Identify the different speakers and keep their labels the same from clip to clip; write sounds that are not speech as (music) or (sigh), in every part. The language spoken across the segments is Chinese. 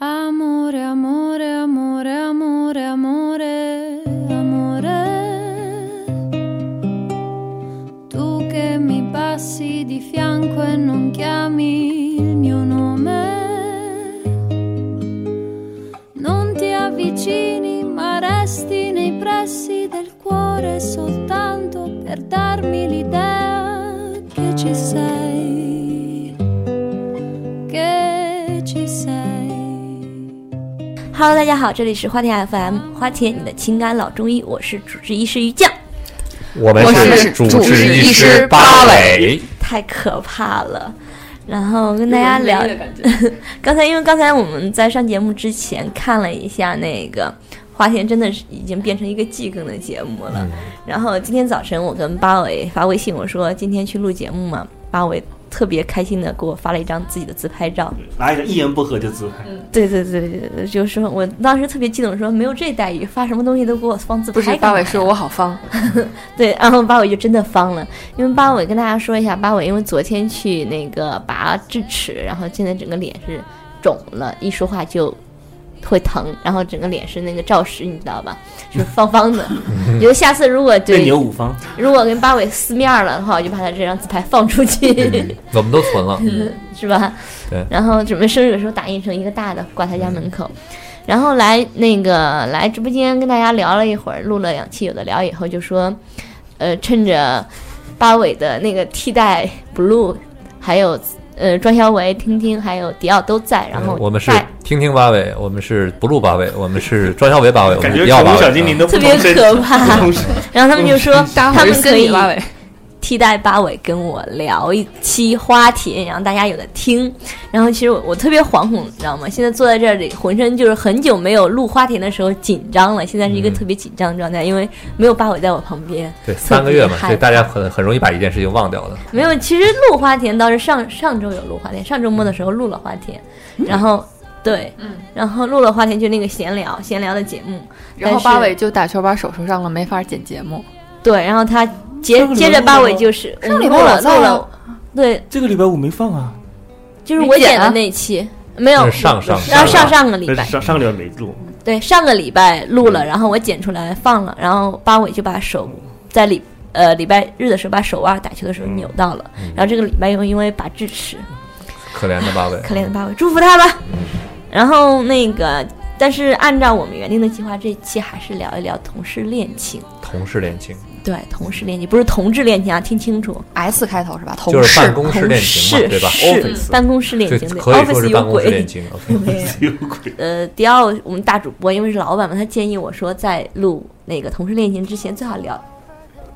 Speaker 1: Amore, amore, amore, amore, amore, amore. Tu che mi passi di fianco e non chiami il mio nome. Non ti avvicini, ma resti nei pressi del cuore soltanto per darmi l'idea che ci sei. Che ci sei.
Speaker 2: Hello，大家好，这里是花田 FM，花田你的情感老中医，我是主治医师于酱。
Speaker 3: 我们
Speaker 4: 我
Speaker 3: 是
Speaker 4: 是主
Speaker 3: 治
Speaker 4: 治医
Speaker 3: 师
Speaker 4: 师
Speaker 3: 八
Speaker 4: 八
Speaker 3: 尾，
Speaker 2: 太可怕了。然后跟大家聊， (laughs) 刚才因为刚才我们在上节目之前看了一下那个花田，真的是已经变成一个季更的节目了。然后今天早晨我跟八尾发微信，我说今天去录节目嘛，八尾特别开心的给我发了一张自己的自拍照。
Speaker 4: 嗯
Speaker 5: 拿一个一言不合就自拍，
Speaker 2: 对对对对对，就是说我当时特别激动，说没有这待遇，发什么东西都给我放自拍
Speaker 4: 不
Speaker 2: 干
Speaker 4: 是
Speaker 2: 嘛。
Speaker 4: 八尾说，我好方，
Speaker 2: (laughs) 对，然后八尾就真的方了，因为八尾跟大家说一下，八尾因为昨天去那个拔智齿，然后现在整个脸是肿了，一说话就会疼，然后整个脸是那个照实，你知道吧？是方方的。我觉得下次如果
Speaker 5: 对
Speaker 2: 对
Speaker 5: 牛五方，
Speaker 2: 如果跟八尾撕面儿了的话，我就把他这张自拍放出
Speaker 3: (laughs)
Speaker 2: 去， (laughs)
Speaker 3: 我嗯们都存了。
Speaker 2: 嗯
Speaker 3: 嗯
Speaker 2: 是吧？
Speaker 3: 对嗯
Speaker 2: 然后准备生日的时候打印成一个大的挂他家门口。然后来那个来直播间跟大家聊了一会儿，录了两期有的聊以后就说，呃，趁着八尾的那个替代 blue，还有呃庄小伟、听听还有迪奥都在，然后
Speaker 3: 嗯我们是
Speaker 2: 带
Speaker 3: 听听八尾，我们是不录八尾，我们是庄小伟八尾，我
Speaker 5: 感
Speaker 3: 们
Speaker 5: 觉
Speaker 3: 是迪奥
Speaker 5: 宠
Speaker 3: 八
Speaker 5: 物
Speaker 3: 尾。
Speaker 5: 小精灵
Speaker 3: 嗯
Speaker 5: 都
Speaker 2: 特
Speaker 5: 不
Speaker 2: 别
Speaker 5: 同身，
Speaker 2: 可
Speaker 3: (laughs)
Speaker 2: 怕。
Speaker 5: 不
Speaker 2: (laughs)
Speaker 5: 同身
Speaker 2: 然后他们就说，
Speaker 4: 大家
Speaker 2: 他
Speaker 4: 好，我是
Speaker 2: 们可
Speaker 4: 森
Speaker 2: 以
Speaker 4: 米八尾，
Speaker 2: 替代八尾跟我聊一期花田，然后大家有的听。然后其实我我特别惶恐，你知道吗？现在坐在这里，浑身就是很久没有录花田的时候紧张了，现在是一个
Speaker 3: 嗯
Speaker 2: 特别紧张的状态，因为没有八尾在我旁边。
Speaker 3: 对，三个月嘛，
Speaker 2: 害
Speaker 3: 所以大家很很容易把一件事情忘掉的。
Speaker 2: 没有，其实录花田倒是上上周有录花田，上周末的时候录了花田，然后对，
Speaker 4: 嗯，
Speaker 2: 然后录了花田就那个闲聊闲聊的节目，
Speaker 4: 然
Speaker 2: 但
Speaker 4: 后
Speaker 2: 是
Speaker 4: 八尾就打球把手受伤了，没法剪节目。
Speaker 2: 对，然后他接
Speaker 5: 上个礼拜
Speaker 2: 接着八
Speaker 5: 录了
Speaker 2: 尾就是
Speaker 4: 上礼拜
Speaker 2: 我们录了
Speaker 4: 我在啊
Speaker 2: 录了，对，
Speaker 5: 这个礼拜五没放啊，
Speaker 2: 就是
Speaker 4: 没
Speaker 2: 我
Speaker 4: 剪
Speaker 2: 剪的
Speaker 4: 啊
Speaker 2: 那一期没有
Speaker 3: 那是上上
Speaker 2: 然后上
Speaker 3: 上
Speaker 2: 上个礼
Speaker 5: 但
Speaker 2: 拜嗯
Speaker 5: 是上上个礼拜没录，
Speaker 2: 对上个礼拜录
Speaker 3: 嗯
Speaker 2: 了，然后我剪出来放了，然后八尾就把手在礼呃礼拜日的时候把手腕打球的时候扭到了，
Speaker 3: 嗯
Speaker 2: 然后这个礼拜又因为拔智齿，
Speaker 3: 可怜的八尾，
Speaker 2: 可怜的八尾，祝福他吧。
Speaker 3: 嗯
Speaker 2: 然后那个，但是按照我们原定的计划，这一期还是聊一聊同事恋情。
Speaker 3: 同事恋情
Speaker 2: 对，同事恋情不是同志恋情啊，听清楚，
Speaker 4: S 开头是吧？同事
Speaker 3: 就是办
Speaker 4: (laughs)
Speaker 3: 公室
Speaker 2: 同
Speaker 3: 恋情
Speaker 2: 事
Speaker 3: 嘛，对吧？
Speaker 2: 是办公室恋
Speaker 3: 就
Speaker 2: 情，对
Speaker 3: 可以说
Speaker 2: ，office
Speaker 3: 是
Speaker 2: 有
Speaker 3: 办公室恋
Speaker 2: 鬼。
Speaker 3: 情。OK，
Speaker 2: 对
Speaker 5: 有鬼，
Speaker 2: 呃，迪奥，我们大主播因为是老板嘛，他建议我说，在录那个同事恋情之前，最好聊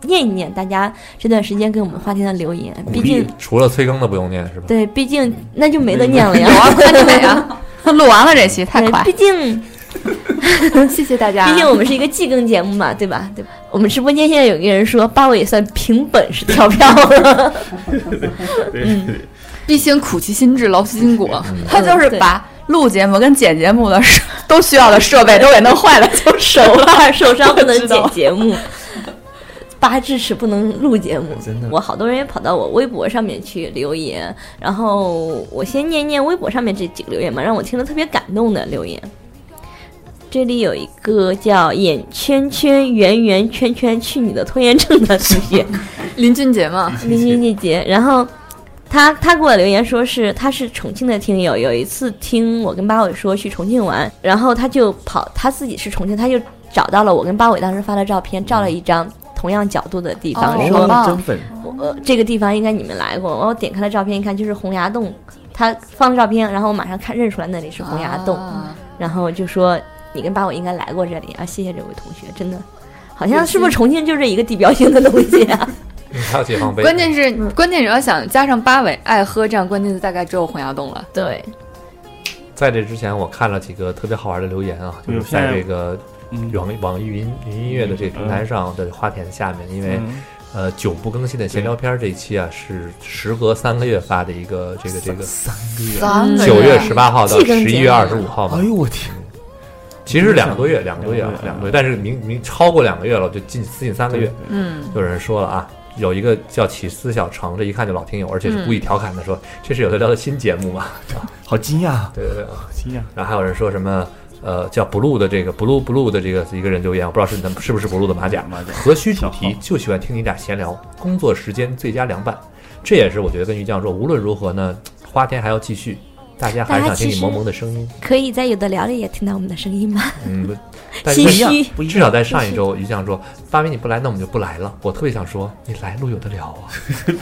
Speaker 2: 念一念大家这段时间给我们话题的留言， (laughs) 毕竟
Speaker 3: 除了催更的不用念
Speaker 2: (laughs)
Speaker 3: 是吧？
Speaker 2: 对，毕竟那就没得念了呀
Speaker 4: 有。啊，看见没啊？录完了这期太
Speaker 2: (laughs) 对
Speaker 4: 快
Speaker 2: 毕，竟
Speaker 4: 谢谢大家
Speaker 2: 毕竟我们是一个季更节目嘛，对吧？对吧？我们直播间现在有一个人说，八尾也算凭本事跳票了。
Speaker 5: 对，
Speaker 4: 毕竟苦其心志，劳其筋骨，他
Speaker 2: 嗯
Speaker 4: 就是
Speaker 2: 对
Speaker 4: 把录节目跟剪节目的设都需要的设备都给弄坏了，就手
Speaker 2: 手腕 (laughs)
Speaker 4: (laughs)
Speaker 2: 受伤不能
Speaker 4: 知道
Speaker 2: 剪节目， (laughs) 拔智齿不能录节目。
Speaker 5: 真的
Speaker 2: 我好多人也跑到我微博上面去留言，然后我先念念微博上面这几个留言嘛，让我听了特别感动的留言。这里有一个叫“眼圈圈圆圆圈圈去你的拖延症”的同学，
Speaker 4: 林俊杰嘛，
Speaker 2: (laughs) 林俊季节，然后他他给我留言说是他是重庆的听友，有一次听我跟八尾说去重庆玩，然后他就跑，他自己是重庆，他就找到了我跟八尾当时发的照片，照了一张同样角度的地方，
Speaker 4: 哦
Speaker 2: 说、
Speaker 4: 棒
Speaker 5: 真粉，
Speaker 2: 我呃这个地方应该你们来过。我点开了照片一看，就是洪崖洞，他放了照片，然后我马上看认出来那里是洪崖洞，
Speaker 4: 啊
Speaker 3: 嗯
Speaker 2: 然后就说你跟八尾应该来过这里啊，谢谢这位同学，真的。好像是不是重庆就这一个地标性的东西啊？
Speaker 3: 嗯还有解放碑，
Speaker 4: 关键是，关键你要想加上八尾爱喝这样关键词，大概只有洪崖洞了。
Speaker 2: (laughs) 对，
Speaker 3: 在这之前，我看了几个特别好玩的留言啊，就是
Speaker 5: 嗯现
Speaker 3: 在
Speaker 5: 在
Speaker 3: 这个
Speaker 5: 嗯
Speaker 3: 网网易云云音乐的这个平台上的花田下面，因为
Speaker 5: 嗯
Speaker 3: 呃久不更新的闲聊片儿这一期啊，是时隔三个月发的一个这个这个
Speaker 5: 三个月，
Speaker 4: 三个
Speaker 3: 九月十八号到
Speaker 2: 季更节
Speaker 3: 十一月二十五号嘛
Speaker 5: 哎，呦我天，
Speaker 3: 其实两个多月，两个多月，啊，
Speaker 5: 两个月
Speaker 3: 两个多月，但是明明超过两个月了，就近接近三个月，
Speaker 4: 嗯，
Speaker 3: 有人说了啊，有一个叫起司小城，这一看就老听友，而且是故意调侃的说、这是有的聊的新节目嘛。
Speaker 5: 好惊讶，
Speaker 3: (laughs) 对对对，啊
Speaker 5: 好惊讶，
Speaker 3: 然后还有人说什么。呃，叫 blue 的这个 blue blue 的这个一个人留言，我不知道是咱们是不是 blue 的马甲
Speaker 5: 马甲
Speaker 3: 何须主
Speaker 5: 小
Speaker 3: 题
Speaker 5: 号
Speaker 3: 就喜欢听你俩闲聊，工作时间最佳凉拌。这也是我觉得跟于酱说，无论如何呢，花天还要继续，大家还是
Speaker 2: 大家
Speaker 3: 想听
Speaker 2: 其
Speaker 3: 你
Speaker 2: 实
Speaker 3: 萌萌的声音。
Speaker 2: 可以在有的聊里也听到我们的声音吗？
Speaker 3: 嗯，不但是
Speaker 2: 唏
Speaker 3: 不一样
Speaker 2: 嘘，
Speaker 5: 不一样
Speaker 3: 至少在上一周，于酱说八妹你不来，那我们就不来了。我特别想说，你来路有的聊啊。
Speaker 2: (laughs)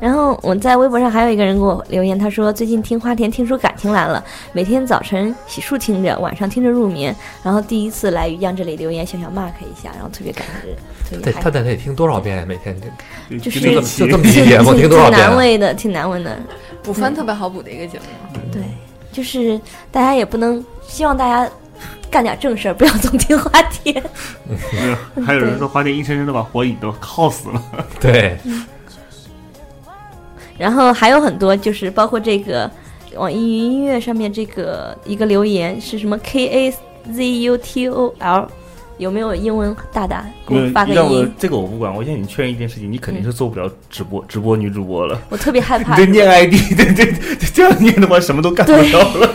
Speaker 2: 然后我在微博上还有一个人给我留言，他说最近听花田听出感情来了，每天早晨洗漱听着，晚上听着入眠，然后第一次来于酱这里留言小小 mark 一下，然后特别感人，特
Speaker 3: 得
Speaker 2: 别 (laughs)
Speaker 3: 他
Speaker 2: 嗨。
Speaker 3: 得得听多少遍呀？每天就
Speaker 2: 就是
Speaker 3: 就这
Speaker 5: 这
Speaker 3: 么
Speaker 5: 么
Speaker 3: 就这么
Speaker 2: 挺
Speaker 3: 一节目，听
Speaker 2: 挺
Speaker 3: 多少
Speaker 2: 挺
Speaker 3: 遍
Speaker 2: 难
Speaker 3: 啊？
Speaker 2: 为的，挺难为的。
Speaker 4: 补番特别好补的一个节目。
Speaker 2: 对，就是大家也不能，希望大家干点正事儿，不要总听花田。
Speaker 5: 没有还有人说花店硬生生的把火影都耗死了，
Speaker 3: 对，
Speaker 2: 然后还有很多，就是包括这个网易云音乐上面这个一个留言是什么 K A Z U T O L，有没有英文大大给我发个
Speaker 5: 让我
Speaker 2: 音？
Speaker 5: 这个我不管，我向你确认一件事情，你肯定是做不了直播直播女主播了。
Speaker 2: 我特别害
Speaker 5: 你
Speaker 2: 怕 (laughs)
Speaker 5: 这。念 ID，这 (laughs) 这这这样念的话，什么都干不到了。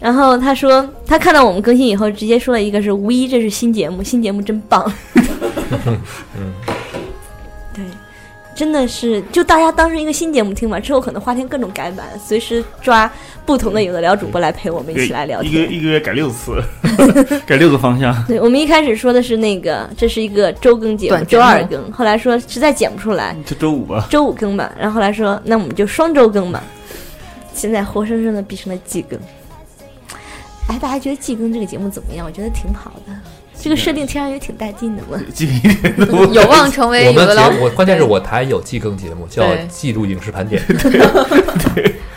Speaker 2: 然后他说他看到我们更新以后，直接说了一个是 V，这是新节目，新节目真棒。
Speaker 5: (laughs)
Speaker 2: 对，真的是就大家当成一个新节目听吧，之后可能花天各种改版，随时抓不同的有的聊主播来陪我们 (laughs) 一起来聊
Speaker 5: 一个
Speaker 2: 天。
Speaker 5: 一个月改六次， (laughs) 改六个方向。
Speaker 2: 对，我们一开始说的是那个，这是一个周更节目，
Speaker 4: 短节
Speaker 2: 周
Speaker 4: 目嗯
Speaker 2: 二更。后来说实在剪不出来，
Speaker 5: 就周五吧，
Speaker 2: 周五更吧。然后后来说，那我们就双周更吧。现在活生生的变成了季更。哎，大家觉得季更这个节目怎么样？我觉得挺好的，这个设定听上去挺带劲的嘛。
Speaker 5: 记一点都不
Speaker 4: 有望成为
Speaker 3: 我
Speaker 4: 有
Speaker 3: 们
Speaker 4: 的聊
Speaker 3: 节，我关键是我台有季更节目，叫
Speaker 4: 对
Speaker 3: 《季度影视盘点》。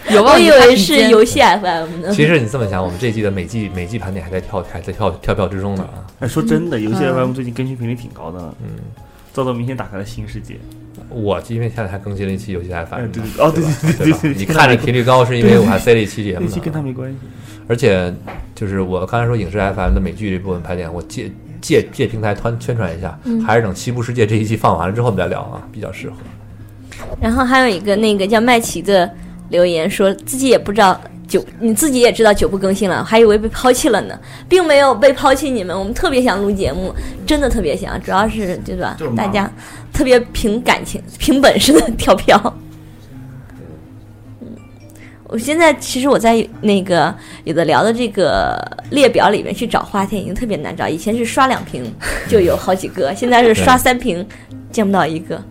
Speaker 4: 有望
Speaker 2: 我以为
Speaker 4: 你
Speaker 2: 是
Speaker 4: 看
Speaker 2: 游戏 FM 呢。
Speaker 3: 其实你这么想，我们这季的每季每季盘点还在跳还在跳跳票之中呢啊！
Speaker 5: 哎，说真的，游戏
Speaker 4: 嗯
Speaker 5: FM 最近更新频率挺高的。嗯，造造明天打开了新世界。
Speaker 3: 我因为现在还更新了一期游戏台反
Speaker 5: 哎
Speaker 3: 应
Speaker 5: 对
Speaker 3: 嘛，
Speaker 5: 对哦对
Speaker 3: 对
Speaker 5: 对对
Speaker 3: 吧
Speaker 5: 对对
Speaker 3: 你看着频率高是因为我还塞了一期节目
Speaker 5: 那期跟他
Speaker 3: 呢，
Speaker 5: 没关系。
Speaker 3: 而且就是我刚才说影视 FM 的美剧这部分盘点，我借借借平台团宣传一下，
Speaker 2: 嗯
Speaker 3: 还是等《西部世界》这一期放完了之后我们再聊啊，比较适合。
Speaker 2: 然后还有一个那个叫麦琪的留言说，自己也不知道久，你自己也知道久不更新了，还以为被抛弃了呢，并没有被抛弃你们，我们特别想录节目，真的特别想，主要是对吧
Speaker 5: 就是？忙
Speaker 2: 大家特别凭感情、凭本事的跳票。嗯，我现在其实我在那个有的聊的这个列表里面去找花田已经特别难找，以前是刷两屏就有好几个，现在是刷三屏见不到一个。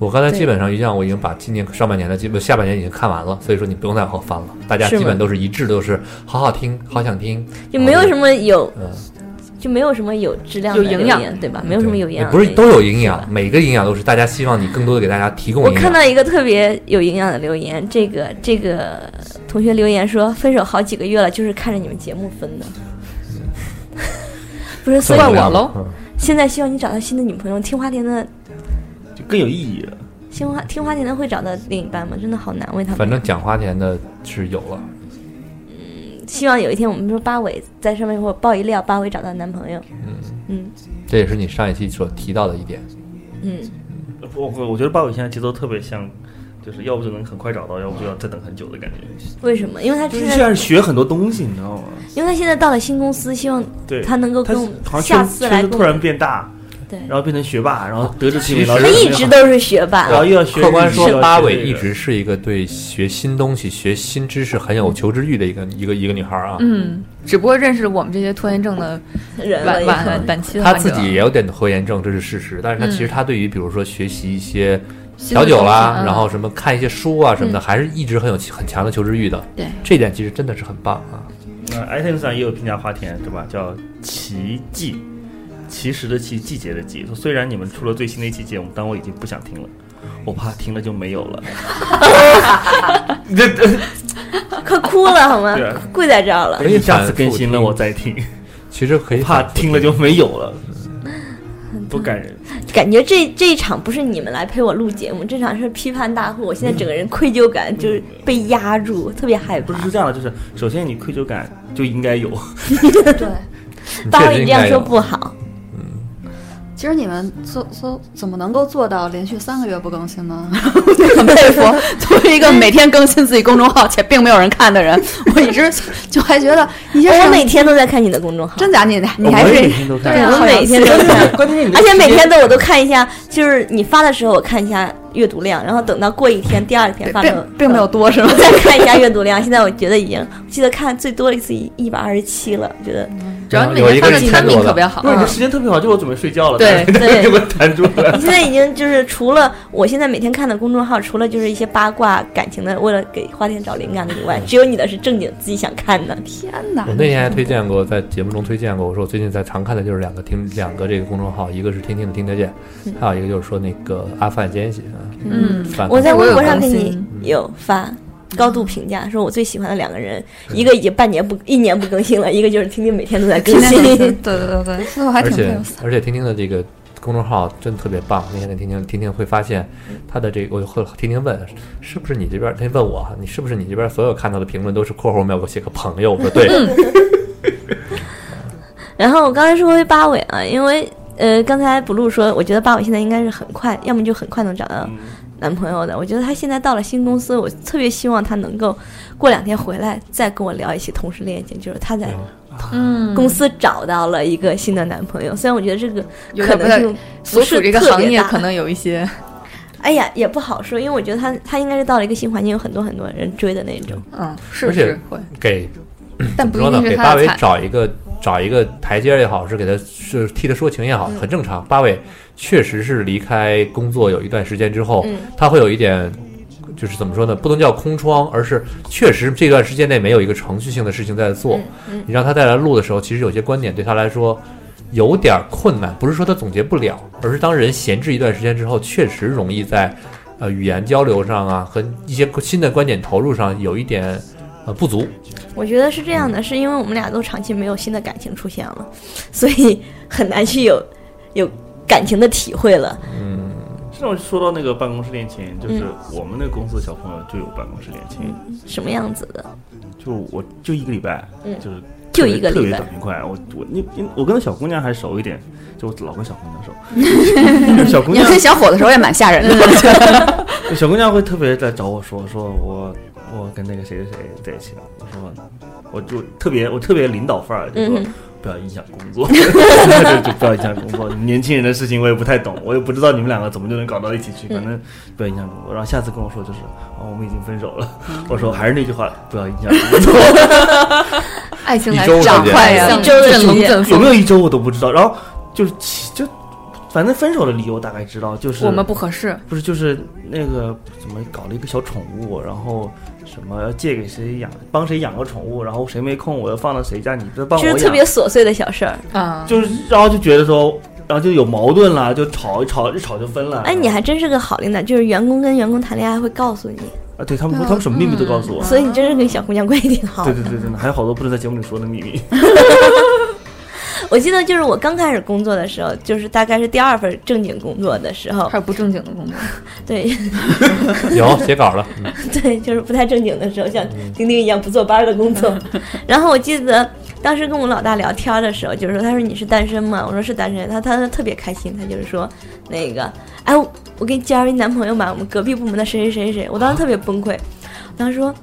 Speaker 3: 我刚才基本上一样，我已经把今年上半年的基本下半年已经看完了，所以说你不用再往后翻了，大家
Speaker 2: 是吗
Speaker 3: 基本都是一致，都是好好听，好想听，
Speaker 2: 就没有
Speaker 3: 嗯
Speaker 2: 什么有
Speaker 3: 嗯，
Speaker 2: 就没有什么有质量的
Speaker 4: 有营养
Speaker 2: 留言对吧？没有什么有营养的
Speaker 3: 不
Speaker 2: 留
Speaker 3: 是
Speaker 2: 言，
Speaker 3: 都有营养，每个营养都是大家希望你更多的给大家提供
Speaker 2: 我
Speaker 3: 营养。
Speaker 2: 看到一个特别有营养的留言，这个这个同学留言说，分手好几个月了，就是看着你们节目分的。 (laughs) 不是，所以
Speaker 4: 怪
Speaker 2: 我
Speaker 4: 我喽。
Speaker 3: 嗯
Speaker 2: 现在希望你找到新的女朋友。听花田的，
Speaker 5: 就更有意义了。
Speaker 2: 听花听花田的会找到另一半吗？真的好难为他们。
Speaker 3: 反正讲花田的是有了，
Speaker 2: 希望有一天我们说八尾在上面或者爆一料，八尾找到男朋友。嗯
Speaker 3: 这也是你上一期所提到的一点。
Speaker 2: 嗯
Speaker 5: 我我我觉得八尾现在节奏特别像，就是要不就能很快找到，要不就要再等很久的感觉。
Speaker 2: 为什么？因为他
Speaker 5: 就是
Speaker 2: 现
Speaker 5: 现
Speaker 2: 在，
Speaker 5: 在学很多东西，你知道吗？
Speaker 2: 因为他现在到了新公司，希望
Speaker 5: 对，
Speaker 2: 他能够
Speaker 5: 他
Speaker 2: 跟我
Speaker 5: 好
Speaker 2: 们下
Speaker 5: 像
Speaker 2: 次
Speaker 5: 圈
Speaker 2: 来
Speaker 5: 圈
Speaker 2: 跟
Speaker 5: 子
Speaker 2: 我
Speaker 5: 突然
Speaker 2: 们
Speaker 5: 变大，
Speaker 2: 对，
Speaker 5: 然后变成学霸，然后得知
Speaker 3: 其
Speaker 5: 心理
Speaker 3: 实
Speaker 5: 老
Speaker 2: 他
Speaker 5: 师，
Speaker 2: 一直都是学霸
Speaker 5: 然。后又要学日语，
Speaker 3: 客观
Speaker 5: 又要
Speaker 3: 说，
Speaker 5: 学
Speaker 3: 八
Speaker 5: 这
Speaker 3: 尾
Speaker 5: 个
Speaker 3: 一直是一个对学新东西、学新知识很有求知欲的一个一个一个女孩啊。
Speaker 4: 嗯，只不过认识了我们这些拖延症的
Speaker 2: (laughs) 人了
Speaker 4: 晚
Speaker 2: 也
Speaker 4: 晚晚晚期的
Speaker 3: 她
Speaker 4: 患
Speaker 3: 自
Speaker 4: 者
Speaker 3: 己也有点拖延症，这是事实。但是她其实
Speaker 4: 嗯
Speaker 3: 她对于比如说学习一些
Speaker 4: 新
Speaker 3: 调
Speaker 4: 的
Speaker 3: 酒
Speaker 4: 东
Speaker 3: 啦
Speaker 4: 西，嗯嗯
Speaker 3: 然后什么看一些书啊什么的，还是一直很有很强的求知欲的。
Speaker 4: 对
Speaker 6: (laughs)
Speaker 3: 这点其实真的是很棒啊。
Speaker 5: 呃，iTunes 上也有评价花田，对吧？叫奇迹，奇石的奇，季节的季。说虽然你们出了最新的一期节目，但我已经不想听了，我怕听了就没有了。这这
Speaker 2: 快哭了好吗
Speaker 5: 对啊？
Speaker 2: (laughs) 跪在这儿了
Speaker 3: 可。以
Speaker 5: (laughs) 下
Speaker 3: 反
Speaker 5: 次
Speaker 3: 复
Speaker 5: 更新了
Speaker 3: 听
Speaker 5: 我再听， (laughs)
Speaker 3: 其实可以
Speaker 5: 怕
Speaker 3: 反复
Speaker 5: 听了就没有了，多感人！
Speaker 2: 感觉这这一场不是你们来陪我录节目，这场是批判大会。我现在整个人愧疚感就是被压住，特别害
Speaker 5: 不
Speaker 2: 怕
Speaker 5: 是。是这样的，就是首先你愧疚感就应该有，
Speaker 2: 对，八
Speaker 3: 确
Speaker 2: 尾你
Speaker 3: 实应
Speaker 2: 这样
Speaker 3: 该
Speaker 2: 说
Speaker 3: 有
Speaker 2: 不好。
Speaker 6: 其实你们做做怎么能够做到连续三个月不更新呢？ (laughs) 我很佩服， (laughs) 作为一个每天更新自己公众号且并没有人看的人，我一直就还觉得你
Speaker 4: 哎
Speaker 6: 这
Speaker 2: 我
Speaker 6: 是
Speaker 2: 每天都在看你的公众号，
Speaker 6: 真假你你
Speaker 5: (laughs) 我
Speaker 6: 还
Speaker 5: 们
Speaker 6: 是
Speaker 5: 每天都
Speaker 6: 对
Speaker 5: 看。
Speaker 6: 啊
Speaker 2: 我
Speaker 6: 好
Speaker 2: 每
Speaker 6: 像
Speaker 2: 天都看，
Speaker 3: 关键是你
Speaker 2: 而且每天都我都看一下，就是你发的时候我看一下阅读量，然后等到过一天第二天发的
Speaker 6: 并并没有多是吗
Speaker 3: (laughs)
Speaker 2: 我？ (laughs) 再看一下阅读量，现在我觉得已经，我记得看最多的一次一一百二十七了，觉得
Speaker 4: 主要你
Speaker 3: 有
Speaker 4: 每
Speaker 3: 一
Speaker 4: 天
Speaker 3: 个
Speaker 4: 看的
Speaker 3: 人
Speaker 4: 摊
Speaker 3: 记录
Speaker 4: 饼
Speaker 3: 的
Speaker 4: 特别好
Speaker 5: 不。是你的时间特别好，就我准备睡觉了，
Speaker 4: 对
Speaker 5: 但是就给我弹出来。
Speaker 2: 现在已经就是除了我现在每天看的公众号，除了就是一些八卦、感情的，为了给花田找灵感的以外，只有你的是正经自己想看的。
Speaker 6: 天哪
Speaker 3: (laughs) 我！那天还推荐过，在节目中推荐过，我说我最近在常看的就是两个听两个这个公众号，一个是天天的听得见，
Speaker 2: 嗯
Speaker 3: 还有一个就是说那个阿范奸细啊，
Speaker 6: 嗯，
Speaker 3: 反
Speaker 2: 我在
Speaker 4: 我
Speaker 2: 微
Speaker 4: 有
Speaker 2: 博上给
Speaker 4: 更
Speaker 2: 你
Speaker 4: 新
Speaker 2: 有发高度评价，说我最喜欢的两个人，一个已经半年不一年不更新了，一个就是听听每天都在更
Speaker 6: 今天
Speaker 2: 新。
Speaker 6: 对对对对，所以我还
Speaker 3: 而
Speaker 6: 挺佩
Speaker 3: 且
Speaker 6: 服。
Speaker 3: 而且听听的这个公众号真特别棒，那天在听听听听会发现
Speaker 2: 嗯
Speaker 3: 他的这个，我会听听问是不是你这边，他问我啊你是不是你这边所有看到的评论都是括弧没有给我写个朋友，我说对，
Speaker 2: 嗯然后我刚才说回八尾啊，因为呃，刚才补录说，我觉得八尾现在应该是很快，要么就很快能找到男朋友的。我觉得他现在到了新公司，我特别希望他能够过两天回来再跟我聊一起同事恋情，就是他在
Speaker 4: 嗯
Speaker 2: 公司找到了一个新的男朋友。虽然我觉得这个
Speaker 4: 有
Speaker 2: 可
Speaker 4: 点不
Speaker 2: 能
Speaker 4: 太
Speaker 2: 性不
Speaker 4: 所
Speaker 2: 是
Speaker 4: 属这个
Speaker 2: 特
Speaker 4: 行
Speaker 2: 别
Speaker 4: 业
Speaker 2: 大，
Speaker 4: 可能有一些，
Speaker 2: 哎呀也不好说，因为我觉得他他应该是到了一个新环境，有很多很多人追的那种。
Speaker 4: (laughs) 嗯，
Speaker 3: 而
Speaker 4: 是
Speaker 3: 且
Speaker 4: 是会，
Speaker 3: 给
Speaker 4: 但
Speaker 3: 怎
Speaker 4: 不
Speaker 3: 么说
Speaker 4: 一
Speaker 3: 呢？
Speaker 4: 定
Speaker 3: 给
Speaker 4: 是
Speaker 3: 八
Speaker 4: 他的
Speaker 3: 尾
Speaker 4: 菜。
Speaker 3: 找一个找一个台阶儿也好，是给他是替他说情也好，
Speaker 4: 嗯
Speaker 3: 很正常。八尾确实是离开工作有一段时间之后，
Speaker 2: 嗯
Speaker 3: 他会有一点。就是怎么说呢？不能叫空窗，而是确实这段时间内没有一个程序性的事情在做。
Speaker 2: 嗯
Speaker 3: 你让他再来录的时候，其实有些观点对他来说有点儿困难，不是说他总结不了，而是当人闲置一段时间之后，确实容易在呃语言交流上啊和一些新的观点投入上有一点呃不足。
Speaker 2: 我觉得是这样的，是因为我们俩都长期没有新的感情出现了，所以很难去有有感情的体会了。
Speaker 3: 嗯，
Speaker 5: 这种说到那个办公室恋情，就是我们那个公司的小朋友就有办公室恋情，
Speaker 2: 什么样子的？
Speaker 5: 就我就一个礼拜，
Speaker 2: 嗯
Speaker 5: 就是
Speaker 2: 就
Speaker 5: 特别
Speaker 2: 一个
Speaker 5: 特
Speaker 2: 礼
Speaker 5: 别
Speaker 2: 拜
Speaker 5: 短平快。我我你你我跟那小姑娘还熟一点，就我老跟小姑娘熟，
Speaker 2: (laughs)
Speaker 5: 就是小姑
Speaker 6: 你
Speaker 5: 娘
Speaker 6: 们小伙子时候也蛮吓人
Speaker 4: 嗯 (laughs)
Speaker 6: 的，
Speaker 5: (laughs) 小姑娘会特别来找我说，说我我跟那个谁谁谁在一起了，我说我就特别我特别领导范儿，就说
Speaker 2: 嗯哼
Speaker 5: 不要影响工作， (laughs) 就就不要影响工作。年轻人的事情我也不太懂，我也不知道你们两个怎么就能搞到一起去，
Speaker 2: 嗯
Speaker 5: 反正不要影响工作。然后下次跟我说就是哦我们已经分手了，
Speaker 2: 嗯
Speaker 5: 我说还是那句话，不要影响工作。
Speaker 4: 爱情
Speaker 3: 一
Speaker 4: 来
Speaker 3: 周的
Speaker 4: 掌
Speaker 3: 时间
Speaker 4: 快呀，
Speaker 2: 一周的
Speaker 4: 振
Speaker 2: 时
Speaker 4: 聋
Speaker 2: 间
Speaker 4: 振
Speaker 5: 有没
Speaker 4: 聋。
Speaker 5: 有一周我都不知道，然后就是起就反正分手的理由大概知道，就是
Speaker 4: 我们不合适，
Speaker 5: 不是，就是那个怎么搞了一个小宠物，然后什么借给谁养，帮谁养个宠物，然后谁没空我又放到谁家，你再帮我
Speaker 2: 就是
Speaker 5: 养，
Speaker 2: 特别琐碎的小事儿。
Speaker 4: 啊，
Speaker 5: 就是然后就觉得说，然后就有矛盾了，就吵一吵，一吵就分了。
Speaker 2: 哎，你还真是个好领导，就是员工跟员工谈恋爱会告诉你，
Speaker 5: 啊？对他们，他们什么秘密都告诉
Speaker 2: 嗯
Speaker 5: 我。
Speaker 2: 所以你真是跟小姑娘关系挺好
Speaker 5: 对
Speaker 2: 的。
Speaker 5: 对对对，还有好多不能在节目里说的秘
Speaker 2: (laughs)
Speaker 5: 密。
Speaker 2: 我记得就是我刚开始工作的时候，就是大概是第二份正经工作的时候
Speaker 4: 还，有不正经的工作，
Speaker 2: 对 (laughs)
Speaker 3: 有写稿了，嗯
Speaker 2: 对，就是不太正经的时候，像
Speaker 5: 嗯
Speaker 2: 丁丁一样不坐班儿的工作。 (laughs) 然后我记得当时跟我老大聊天儿的时候，就是说他说你是单身吗？我说是单身。他他特别开心，他就是说那个哎，我我给你介绍一男朋友吧，我们隔壁部门的谁谁谁谁谁。我当时特别崩溃，我当时说。